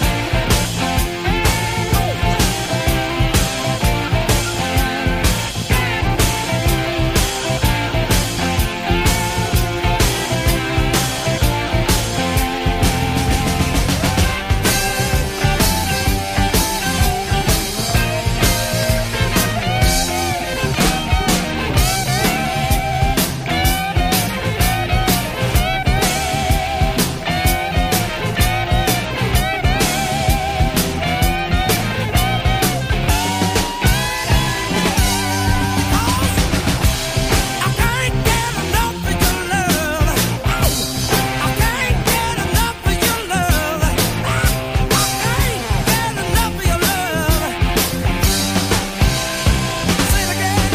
I can't get enough of your love. I can't get enough of your love. I can't get enough of your love. Say it again.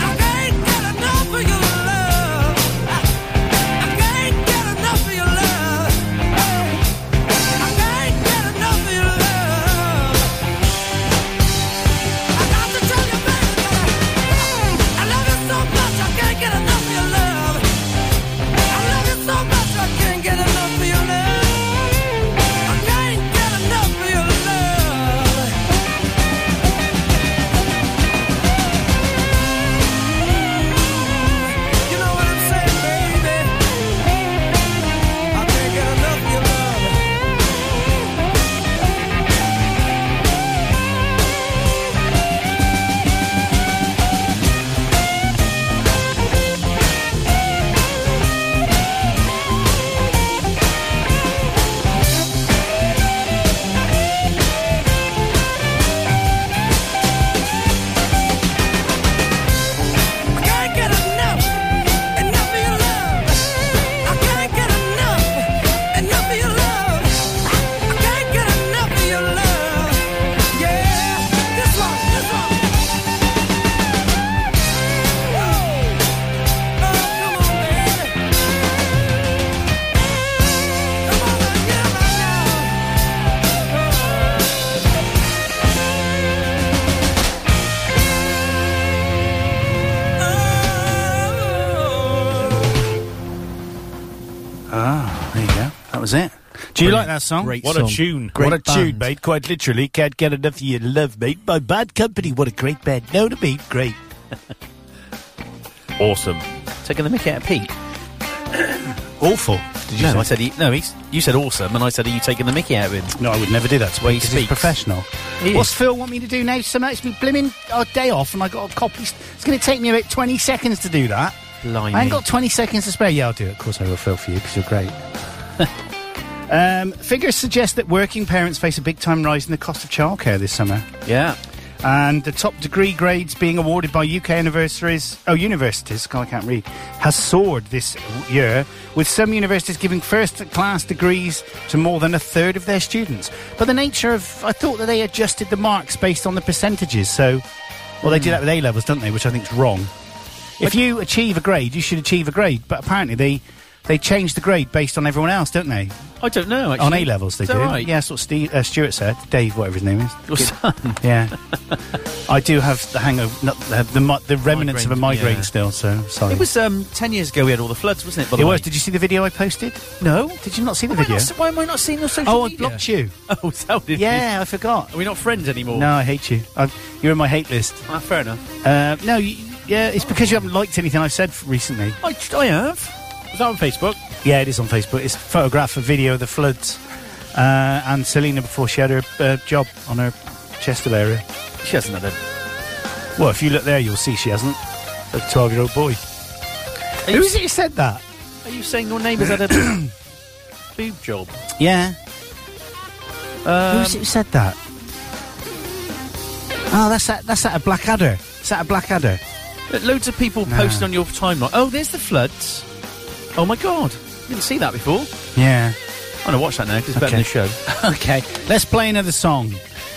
I can't get enough of your love. I can't get enough of your love. I can't get enough of your love. I got to tell you, baby, I love you so much I can't get enough of your love. I love you so much I can't get enough of your love. I can't get enough of your love. You know what I'm saying, baby? I can't get enough of your love. I can't get enough, enough of your love. I can't get enough, enough of your love. I can't get enough of your love. Yeah, this one, this one. Oh, come on, baby. Come on, let's get it right now. Oh. Ah, there you go. That was it. Do you like that song? Great what song. a tune. Great what a tune, band. mate. Quite literally. Can't get enough of your love, mate. By bad company. What a great band. No to me. Great. awesome. Taking the mickey out of Pete. Awful. Did you no, say? I said he, no. He's, you said awesome, and I said are you taking the mickey out of him? No, I would never do that. to Well, him, he 'cause he's speaks. professional. He What's is. Phil want me to do now? So it's been blimmin' our day off, and I got a copy. It's going to take me about twenty seconds to do that. Blimey. I ain't got twenty seconds to spare. Yeah, I'll do it. Of course, I will, Phil, for you because you're great. um, figures suggest that working parents face a big time rise in the cost of childcare this summer, Yeah. and the top degree grades being awarded by UK universities, oh universities, God, I can't read, has soared this year, with some universities giving first class degrees to more than a third of their students. But the nature of, I thought that they adjusted the marks based on the percentages. So, well, they do that with A levels, don't they? Which I think is wrong. If you achieve a grade, you should achieve a grade. But apparently they they change the grade based on everyone else, don't they? I don't know. Actually. On A levels, they Is do. that Right? Yeah, that's what Steve, uh, Stuart said. Dave, whatever his name is. Your son. Yeah, I do have the hangover, not, the, the, mi- the remnants of a Migraine, migraine yeah. still. So sorry. It was um, ten years ago. We had all the floods, wasn't it? By the It way? was. Did you see the video I posted? no. Did you not see the Why, am I video? not, se- why am I not seeing your social oh, I media? blocked you. Oh, so did you? Yeah, I forgot. Are we not friends anymore? No, I hate you. I've, you're in my hate list. Ah, fair enough. Uh, no, you, yeah, it's because you haven't liked anything I've said f- recently. I, I have. Was that on Facebook? Yeah, it is on Facebook. It's a photograph, a video of the floods, uh, and Selena before she had her uh, job on her Chester area. She hasn't had a. Well, if you look there, you'll see she hasn't. A 12 year old boy. Are you, Who is it who said that? are you saying your neighbour's had a boob job? Yeah. Who is it who said that? Oh, that's that. That's that a Blackadder. Is that a Blackadder? Look, Loads of people posting on your timeline. Oh, there's the floods. Oh my god, didn't see that before. Yeah. I'm gonna watch that now because it's better than the Okay. show. Okay. Let's play another song.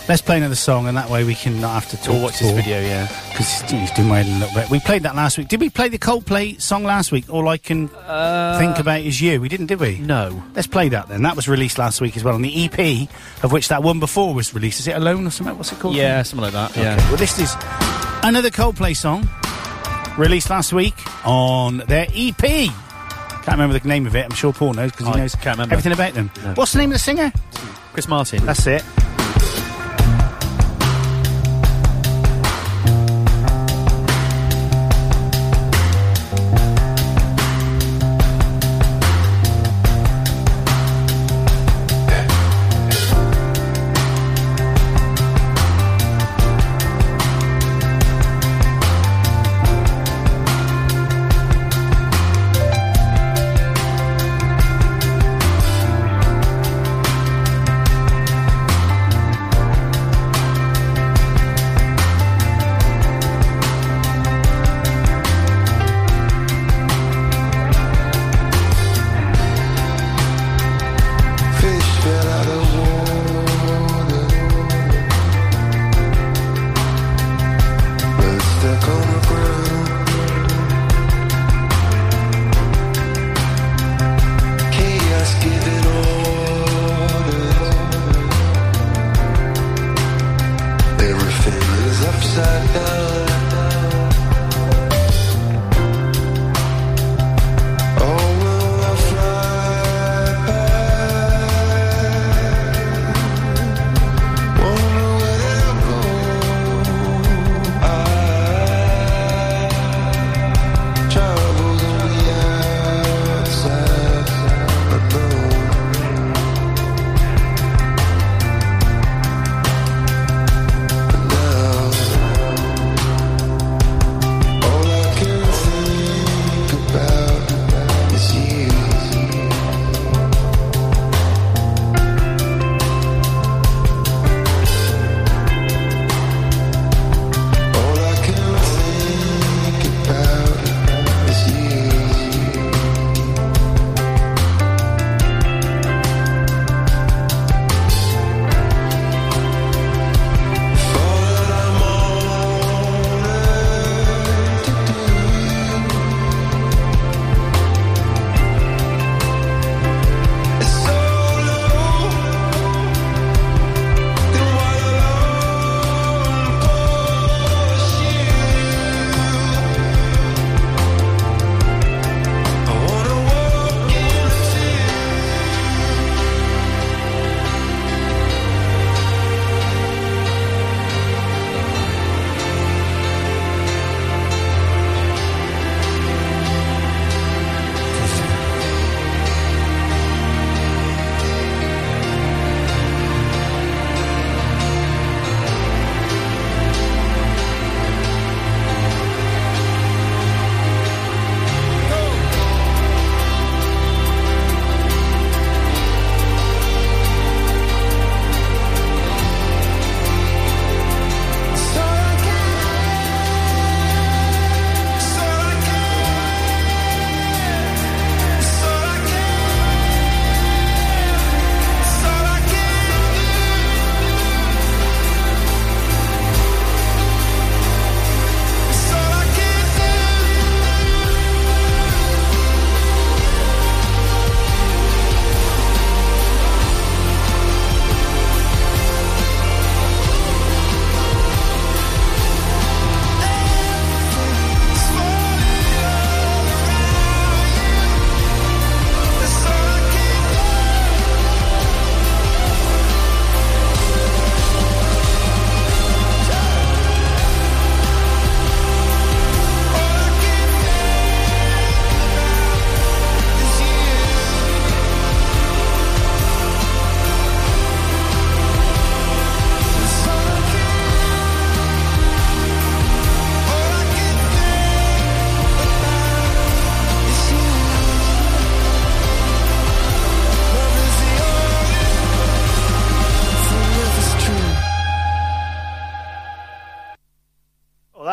Let's play another song, and that way we can not have to talk. Or watch this video, yeah. because he's doing my head a little bit. We played that last week. Did we play the Coldplay song last week? All I can think about is you. We didn't, did we? No. Let's play that then. That was released last week as well on the EP, of which that one before was released. Is it Alone or something? What's it called? Yeah, something like that. Okay. Yeah. Well, this is another Coldplay song released last week on their EP. Can't remember the name of it. I'm sure Paul knows because he I knows can't remember. everything about them. What's the name of the singer? Chris Martin. That's it. It's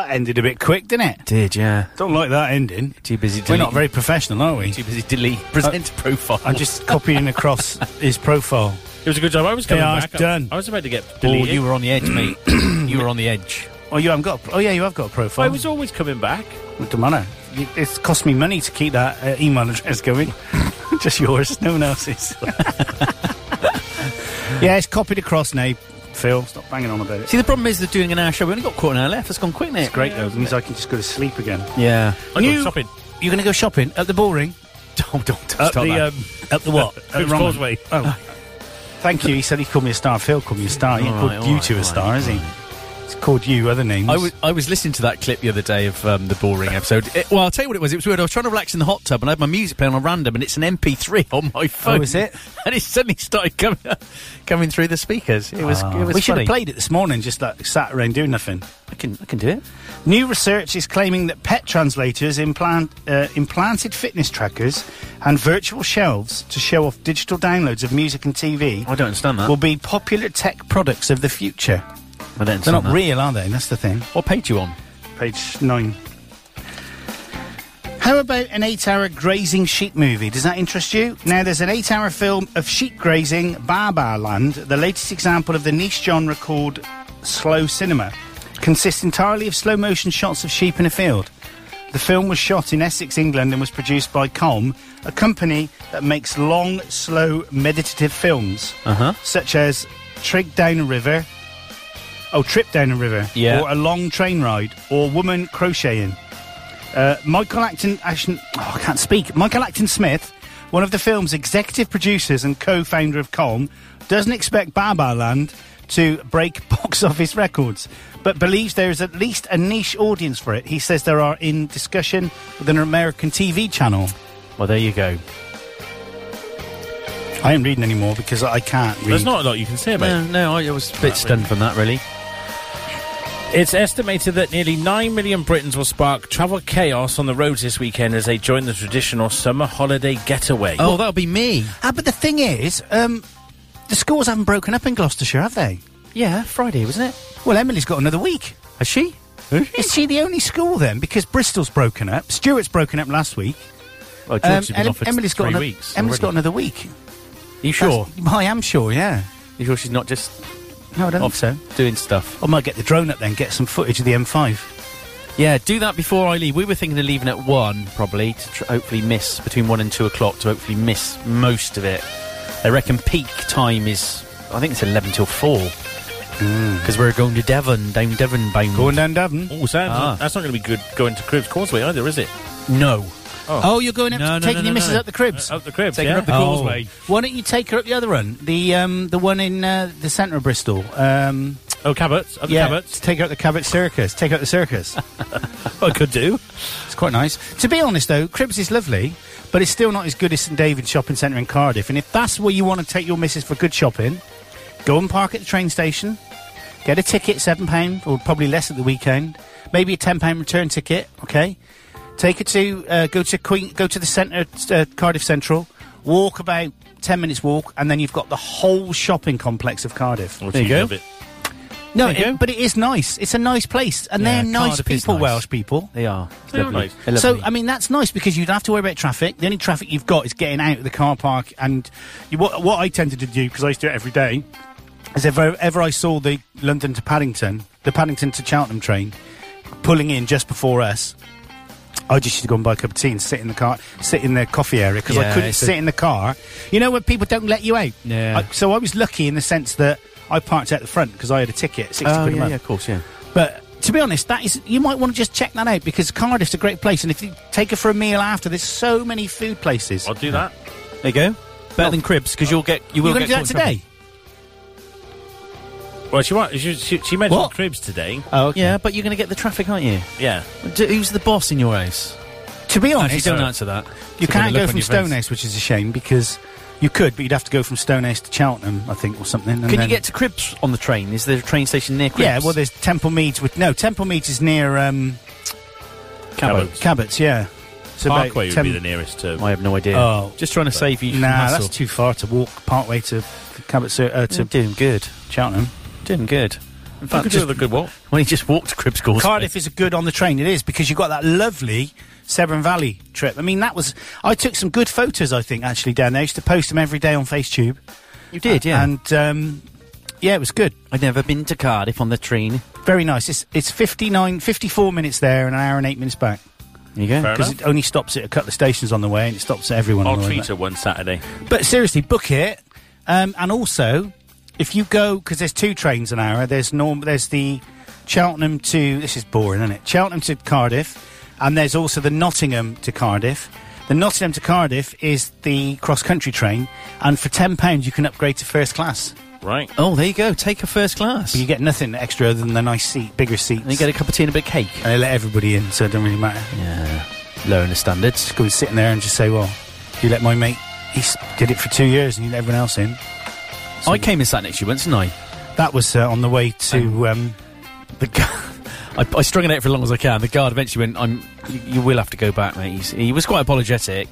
ended a bit quick, didn't it? Did yeah. Don't like that ending. Too busy. Delete, We're not very professional, are we? too busy. Delete presenter profile. I'm just copying across his profile. It was a good job. I was coming Yeah, back. it's done. I was about to get Oh, deleted. you were on the edge, mate. you were on the edge. Oh, you haven't got. A pro- oh, yeah, you have got a profile. I was always coming back. It don't matter. It- It's cost me money to keep that uh, email address going. Just yours, no one else's. yeah, it's copied across now, Phil. Stop banging on about it. See, the problem is they're doing an hour show. We only got quarter an hour left. It's gone quick, isn't it? It's great though. It means I can just go to sleep again. Yeah. I You- got shopping. You're going to go shopping at the Boring? Don't don't At stop the that. um, at the what? at Hoops Roman. Causeway. Oh, thank you. He said he called me a star. Phil called me a star. He ain't All called right, all you right, two all a star, right, has he? He's called you other names. I was, I was listening to that clip the other day of um, the boring episode. It- well, I'll tell you what it was. It was weird. I was trying to relax in the hot tub and I had my music playing on random, and it's an MP3 on my phone. is it? And it suddenly started coming coming through the speakers. It was it was Ah. we should have funny. played it this morning, just like sat around doing nothing. I can I can do it. New research is claiming that pet translators implant uh, implanted fitness trackers and virtual shelves to show off digital downloads of music and TV. I don't understand that. Will be popular tech products of the future. I don't They're not that. real, are they? That's the thing. What page you on? Page nine. How about an eight-hour grazing sheep movie? Does that interest you? Now, there's an eight-hour film of sheep grazing, Baba Land, the latest example of the niche genre called slow cinema. Consists entirely of slow-motion shots of sheep in a field. The film was shot in Essex, England, and was produced by Calm, a company that makes long, slow, meditative films, Uh-huh. such as Trig Down a River, oh, Trip Down a River, Yeah. or A Long Train Ride, or Woman Crocheting. Uh, Michael Acton, Ashton, oh, I can't speak. Michael Acton Smith, one of the film's executive producers and co-founder of Calm, doesn't expect Baba Land to break box office records, but believes there is at least a niche audience for it. He says there are in discussion with an American TV channel. Well, there you go. I ain't reading anymore because I can't read. There's not a lot you can say about No, it. no, I was a bit stunned from that. Really, It's estimated that nearly 9 million Britons will spark travel chaos on the roads this weekend as they join the traditional summer holiday getaway. oh, that'll be me. Ah, but the thing is, um, the schools haven't broken up in Gloucestershire, have they? Yeah, Friday wasn't it? Well, Emily's got another week. Has she? Is she the only school then? Because Bristol's broken up. Stuart's broken up last week. Well, Um, George's been Em- offered Emily's got three another, weeks. Emily's got already. another week. You sure? That's- I am sure. Yeah. You sure she's not just No, I don't Oh. off think so. doing stuff? I might get the drone up then. Get some footage of the M5. Yeah, do that before I leave. We were thinking of leaving at one, probably to tr- hopefully miss between one and two o'clock to hopefully miss most of it. I reckon peak time is, I think it's eleven till four, because we're going to Devon, Hmm. down Devon bound. down Devon. Oh, Sam, Ah. that's not going to be good going to Cribs Causeway either, is it? no, Oh, you're going up, No, no, taking no, your no, missus no. up the cribs. Uh, up the Cribs, Taking yeah? up the Oh. causeway. Why don't you take her up the other one? The um, the one in uh, the centre of Bristol. Um, Oh, Cabot's. Up the yeah, Cabot's. take her up the Cabot Circus. Take her up the circus. I could do. it's quite nice. To be honest though, Cribs is lovely, but it's still not as good as St David's Shopping Centre in Cardiff. And if that's where you want to take your missus for good shopping, go and park at the train station. Get a ticket, seven pound, or probably less at the weekend. Maybe a ten pound return ticket. Okay, take her to uh, go to Queen, go to the centre, uh, Cardiff Central. Walk about ten minutes walk, and then you've got the whole shopping complex of Cardiff. Well, There you geez, go. love it. No, There you it- go. but it is nice. It's a nice place, and Yeah, they're nice Cardiff is people, nice. Welsh people. they are. They are Lovely. um, nice. They're So lovely. I mean that's nice because you don't have to worry about traffic. The only traffic you've got is getting out of the car park. And you, what what I tended to do because I used to do it every day is if I- ever I saw the London to Paddington, the Paddington to Cheltenham train pulling in just before us, I just used to go and buy a cup of tea and sit in the car, sit in the coffee area because I Yeah, couldn't it's a- sit in the car. You know when people don't let you out. Yeah. I- so I was lucky in the sense that I parked out the front because I had a ticket, sixty oh quid a yeah, month. yeah, of course, yeah. But to be honest, that is you might want to just check that out because Cardiff's a great place, and if you take her for a meal after, there's so many food places. I'll do that. There you go. Better than cribs because you'll get you You're will going to get do that caught in today? Well, she, wa- she, she, she mentioned What? Cribs today. Oh, trouble. Yeah, but you're going to get the traffic, aren't you? Yeah. D- who's the boss in your house? To be Actually, honest, don't answer that. you It's a bit of can't look go on from your face. Stonehouse, which is a shame because you could, but you'd have to go from Stonehouse to Cheltenham, I think, or something. and Can you then- get to Cribs on the train? Is there a train station near Cribs? Yeah, well, there's Temple Meads. With no, Temple Meads is near um, Cabot's. Cabot's. Yeah, so about Parkway would ten- be the nearest to. I have no idea. Oh. just trying to save you. from Nah, hassle. that's too far to walk partway to Cabot Cir- uh, to doing good. Cheltenham. Doing good. In You could do with a good walk. When he just walked to crib schools. Cardiff is good on the train. It is because you got that lovely Severn Valley trip. I mean, that was. I took some good photos. I think actually down there. I used to post them every day on FaceTube. You did, yeah. And um, yeah, it was good. I've never been to Cardiff on the train. Very nice. It's it's 59, 54 minutes there and an hour and eight minutes back There you go. Fair because enough. it only stops at a couple of stations on the way and it stops at everyone. on I'll the way treat back. her one Saturday. But seriously, book it. Um, and also, if you go, because there's two trains an hour. There's norm. There's the Cheltenham to. This is boring, isn't it? Cheltenham to Cardiff, and there's also the Nottingham to Cardiff. The Nottingham to Cardiff is the cross country train, and for ten pounds you can upgrade to first class. Right. Oh, there you go. Take a first class. You And get nothing extra other than the nice seat, bigger seats. you get a cup of tea and a bit of cake. and they let everybody in, so it doesn't really matter. Yeah. Lowering the standards. Just go sitting there and just say, "Well, you let my mate. He s- did it for two years, and you let everyone else in." I came and sat next to you once, didn't I? That was uh, on the way to. Um, The gu- I, I strung it out for as long as I can. The guard eventually went, "I'm. You, you will have to go back, mate." He's, he was quite apologetic.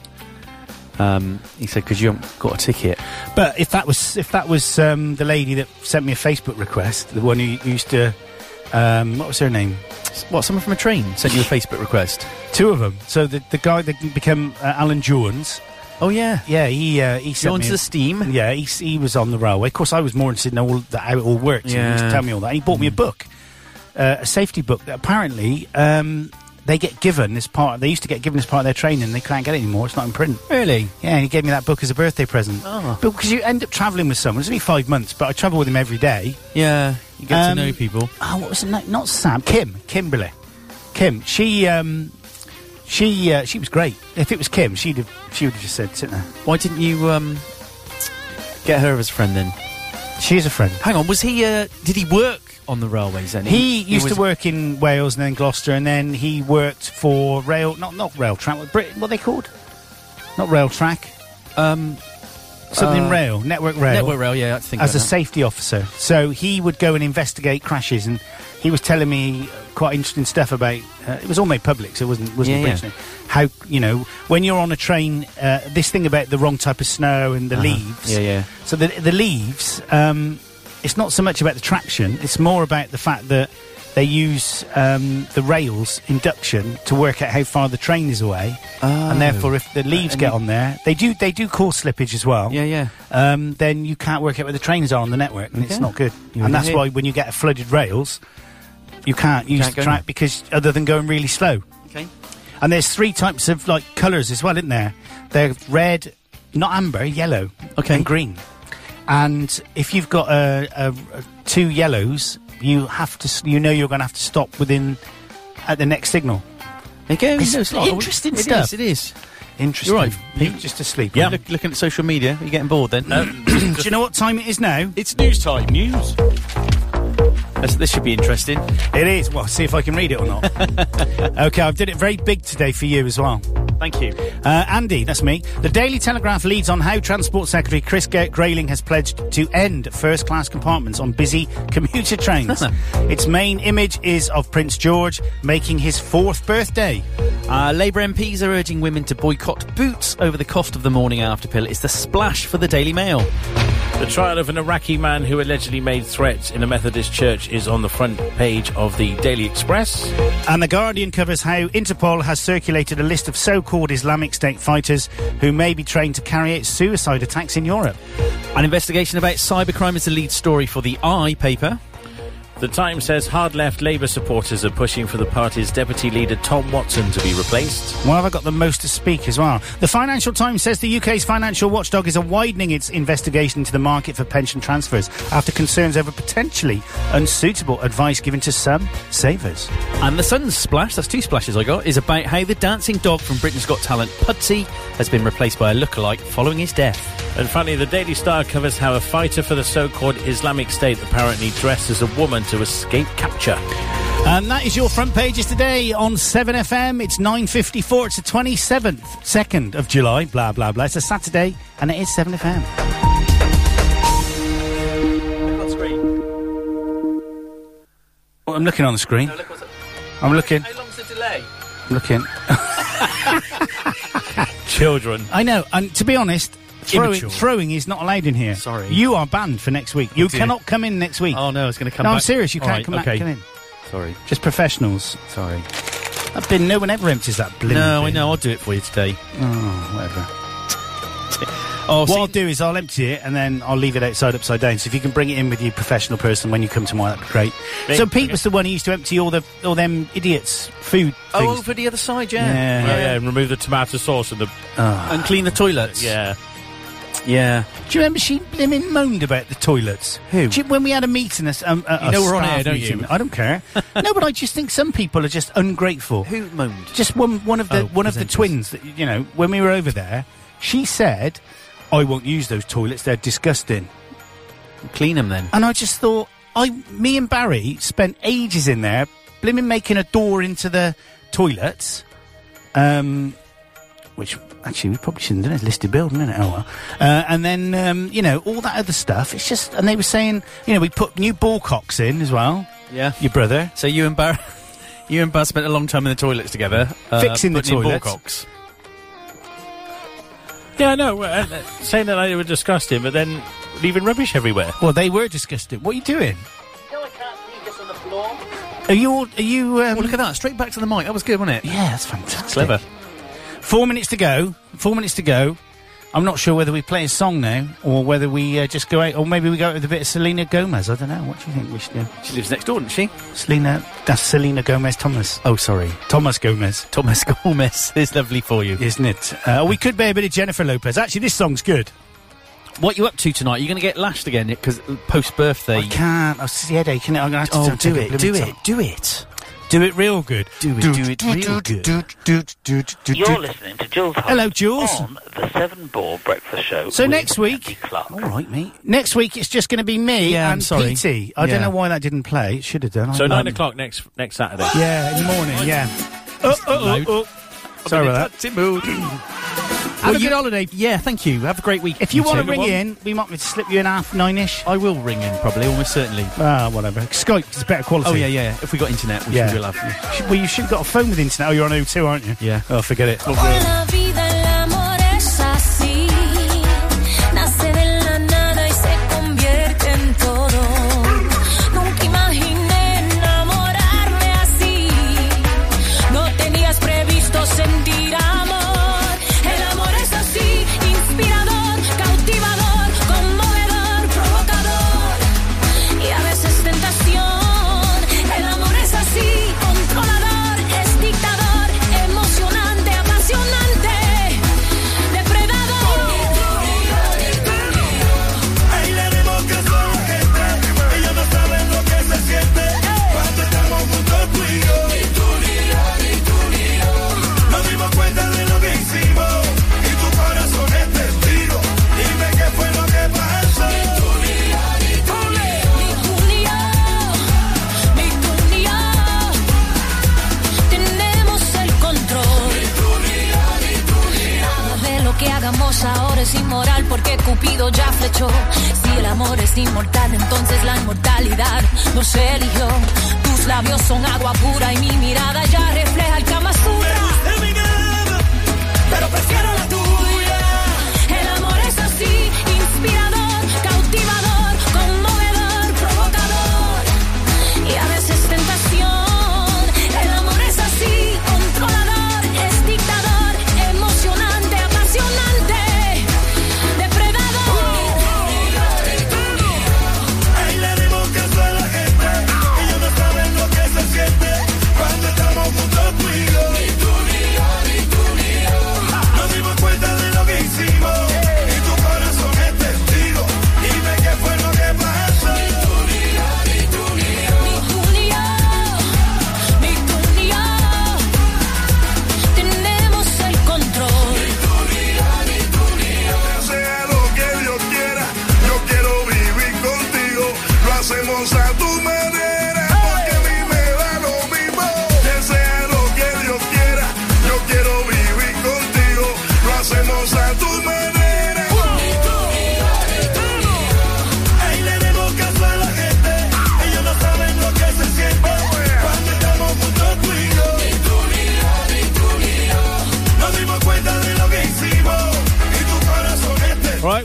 Um, he said, "Because you haven't got a ticket." But if that was if that was um, the lady that sent me a Facebook request, the one who used to, um, what was her name? S- What? Someone from a train sent you a Facebook request? Two of them. So the the guy that became uh, Alan Jewens, Oh yeah. yeah, he uh, he You sent me. onto a- the steam? yeah, he, s- he was on the railway. Of course, I was more interested in all the, how it all worked. Yeah. He used to Yeah. tell me all that. He bought me a book, uh, a safety book that apparently um, they get given as part. They used to get given as part of their training. They can't get it anymore. It's not in print. Really? Yeah, and he gave me that book as a birthday present. Oh. But because you end up travelling with someone, it's only five months, but I travel with him every day. Yeah. You get Um, to know people. Oh, what was her name? Not Sam. Kim. Kimberly. Kim. She. Um, she. Uh, she was great. If it was Kim, she'd have. She would have just said, "Sit there." Why didn't you um, get her as a friend then? She's a friend. Hang on. Was he? Uh, did he work on the railways then? He used to was- work in Wales and then Gloucester, and then he worked for rail. Not not rail track. What, Brit, what are they called? Not rail track. Um, Something Uh, rail. Network rail. Network rail. Yeah, I think as a about that. safety officer. So he would go and investigate crashes, and he was telling me quite interesting stuff about. Uh, it was all made public, so it wasn't wasn't Yeah, breached. How you know when you're on a train, uh, this thing about the wrong type of snow and the Uh-huh. leaves. Yeah, yeah. So the the leaves. Um, it's not so much about the traction; it's more about the fact that they use um, the rails induction to work out how far the train is away, Oh. and therefore if the leaves get on there, they do they do cause slippage as well Yeah, yeah. um, then you can't work out where the trains are on the network, and it's Okay. not good. You and that's hear- why when you get flooded rails, you can't use Can't the go track now. because other than going really slow. Okay. And there's three types of like colours as well, isn't there? They're red, not amber, yellow, Okay. and green. And if you've got uh, uh, uh, two yellows, you have to. s- You know you're going to have to stop within at the next signal. Okay, It's no, not- interesting it stuff. is, it is. Interesting. right, You Pete. just asleep. Yeah. Look, looking at social media, are you getting bored then? Do you know what time it is now? It's news time. News. That's- this should be interesting. It is. Well, see if I can read it or not. okay, I've did it very big today for you as well. Thank you. Uh, Andy, that's me. The Daily Telegraph leads on how Transport Secretary Chris Ga- Grayling has pledged to end first class compartments on busy commuter trains. its main image is of Prince George making his fourth birthday. Uh, Labour MPs are urging women to boycott boots over the cost of the morning after pill. It's the splash for the Daily Mail. The trial of an Iraqi man who allegedly made threats in a Methodist church is on the front page of the Daily Express. And The Guardian covers how Interpol has circulated a list of so called Islamic State fighters who may be trained to carry out suicide attacks in Europe. An investigation about cybercrime is the lead story for the I paper. The Times says hard left Labour supporters are pushing for the party's deputy leader Tom Watson to be replaced. Well, have I got the most to speak as well? The Financial Times says the UK's financial watchdog is widening its investigation into the market for pension transfers after concerns over potentially unsuitable advice given to some savers. And the Sun's splash, that's two splashes I got, is about how the dancing dog from Britain's Got Talent, Pudsey, has been replaced by a lookalike following his death. And finally, the Daily Star covers how a fighter for the so called Islamic State apparently dressed as a woman to escape capture. And that is your front pages today on 7FM. It's 9.54. It's the 27th, 2nd of July, blah, blah, blah. It's a Saturday and it is 7FM. Well, Oh, I'm looking on the screen. I'm looking. How long's the delay? Looking. Children. I know, and to be honest, throwing, Immature. throwing is not allowed in here. Sorry. Oh, You are banned for next week. You dear. cannot come in next week. Oh no, it's going to come no, back. I'm serious. You All can't right, come back. okay. Come in. Sorry, Just professionals. sorry. That bin. No one ever empties that blooming No, I bin. know. I'll do it for you today. Oh, whatever. Oh, What see- I'll do is I'll empty it and then I'll leave it outside upside down. So if you can bring it in with your professional person when you come tomorrow, that'd be great. Right, So Pete okay. was the one who used to empty all the all them idiots' food oh, things. over the other side, Yeah. yeah. Oh, Yeah, Uh, yeah, and remove the tomato sauce and the And clean the toilets. yeah. yeah. Do you remember she blimmin' moaned about the toilets? Who? Do you- when we had a meeting, a, s- um, a, You know a we're on staff air, don't meeting. you? I don't care. no, but I just think some people are just ungrateful. Who moaned? Just one one of the Oh, one of the presenters. twins that you know when we were over there, she said, "I won't use those toilets. They're disgusting." Clean them then. And I just thought, I, me and Barry spent ages in there, blimmin' making a door into the toilets, um, which actually we probably shouldn't. It's listed building, isn't it? Oh well. Uh, and then um, you know all that other stuff. It's just, and they were saying, you know, we put new ball cocks in as well. Yeah. Your brother. So you and Bar, you and Bar spent a long time in the toilets together, uh, Fixing the putting in toilets. Ballcocks. Yeah, no, uh, uh, saying that they were disgusting, but then leaving rubbish everywhere. Well, they were disgusted. What are you doing? No, I can't leave this on the floor. Are you? all- Are you? Um, Well, Oh, look at that! Straight back to the mic. That was good, wasn't it? yeah, that's fantastic. Clever. Four minutes to go. Four minutes to go. I'm not sure whether we play a song now or whether we uh, just go out, or maybe we go out with a bit of Selena Gomez. I don't know. What do you think we should do? She lives next door, doesn't she? Selena, that's Selena Gomez Thomas. Oh, sorry, Thomas Gomez, Thomas Gomez is lovely for you. isn't it? Uh, we could play a bit of Jennifer Lopez. Actually, this song's good. What you up to tonight? You're going to get lashed again because post birthday. I can't. I've see headache, innit? I'm going to Oh, have to do take a it, blooming do it, time. do it, Do it real good. do it, do it, real good. You're listening to Jules Holland Hello, Jules. on the Seven Ball Breakfast Show. So with next week- Andy Clark. All right, mate. Next week, it's just going to be me Yeah, I'm and sorry. Petey. I don't Yeah. know why that didn't play. It should have done. So I- nine um, o'clock next next Saturday. Yeah, in the morning, yeah. Oh, oh, oh, oh. Sorry about that. Have a good holiday. Yeah, thank you. Have a great week. If you want two. to ring in, we might slip you in half nine ish. I will ring in probably, almost certainly. Ah, whatever. Skype is better quality. Oh yeah, yeah. If we got internet, we Yeah. should will have. Sh- Well, you should have got a phone with internet. Oh, you're on O2, aren't you? Yeah. Oh, forget it. La vida, el amor es así. Nace de la nada y se convierte en todo. Nunca imaginé enamorarme así. No tenías previsto sentir amor. El amor es así, inspirador, cautivador, conmovedor, provocador. Y a veces tentación. El amor es así, controlador, es dictador, emocionante, apasionante, depredador. Mi Julio, mi Julio, tenemos el control. Nada de lo que hagamos ahora es inmoral porque Cupido ya flechó. Si el amor es inmortal, entonces la inmortalidad nos eligió. Tus labios son agua pura y mi mirada ya refleja el Kama Sutra. El amor es así, inspirador, cautivador, conmovedor, provocador. Y a veces tentación. El amor es así, controlador, es dictador, emocionante, apasionante, depredador. Ellos no saben lo que se siente cuando estamos juntos tú y yo.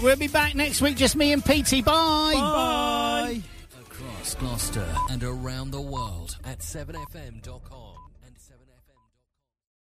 We'll be back next week, just me and Petey. Bye. Bye. Across Gloucester and around the world at 7fm.com.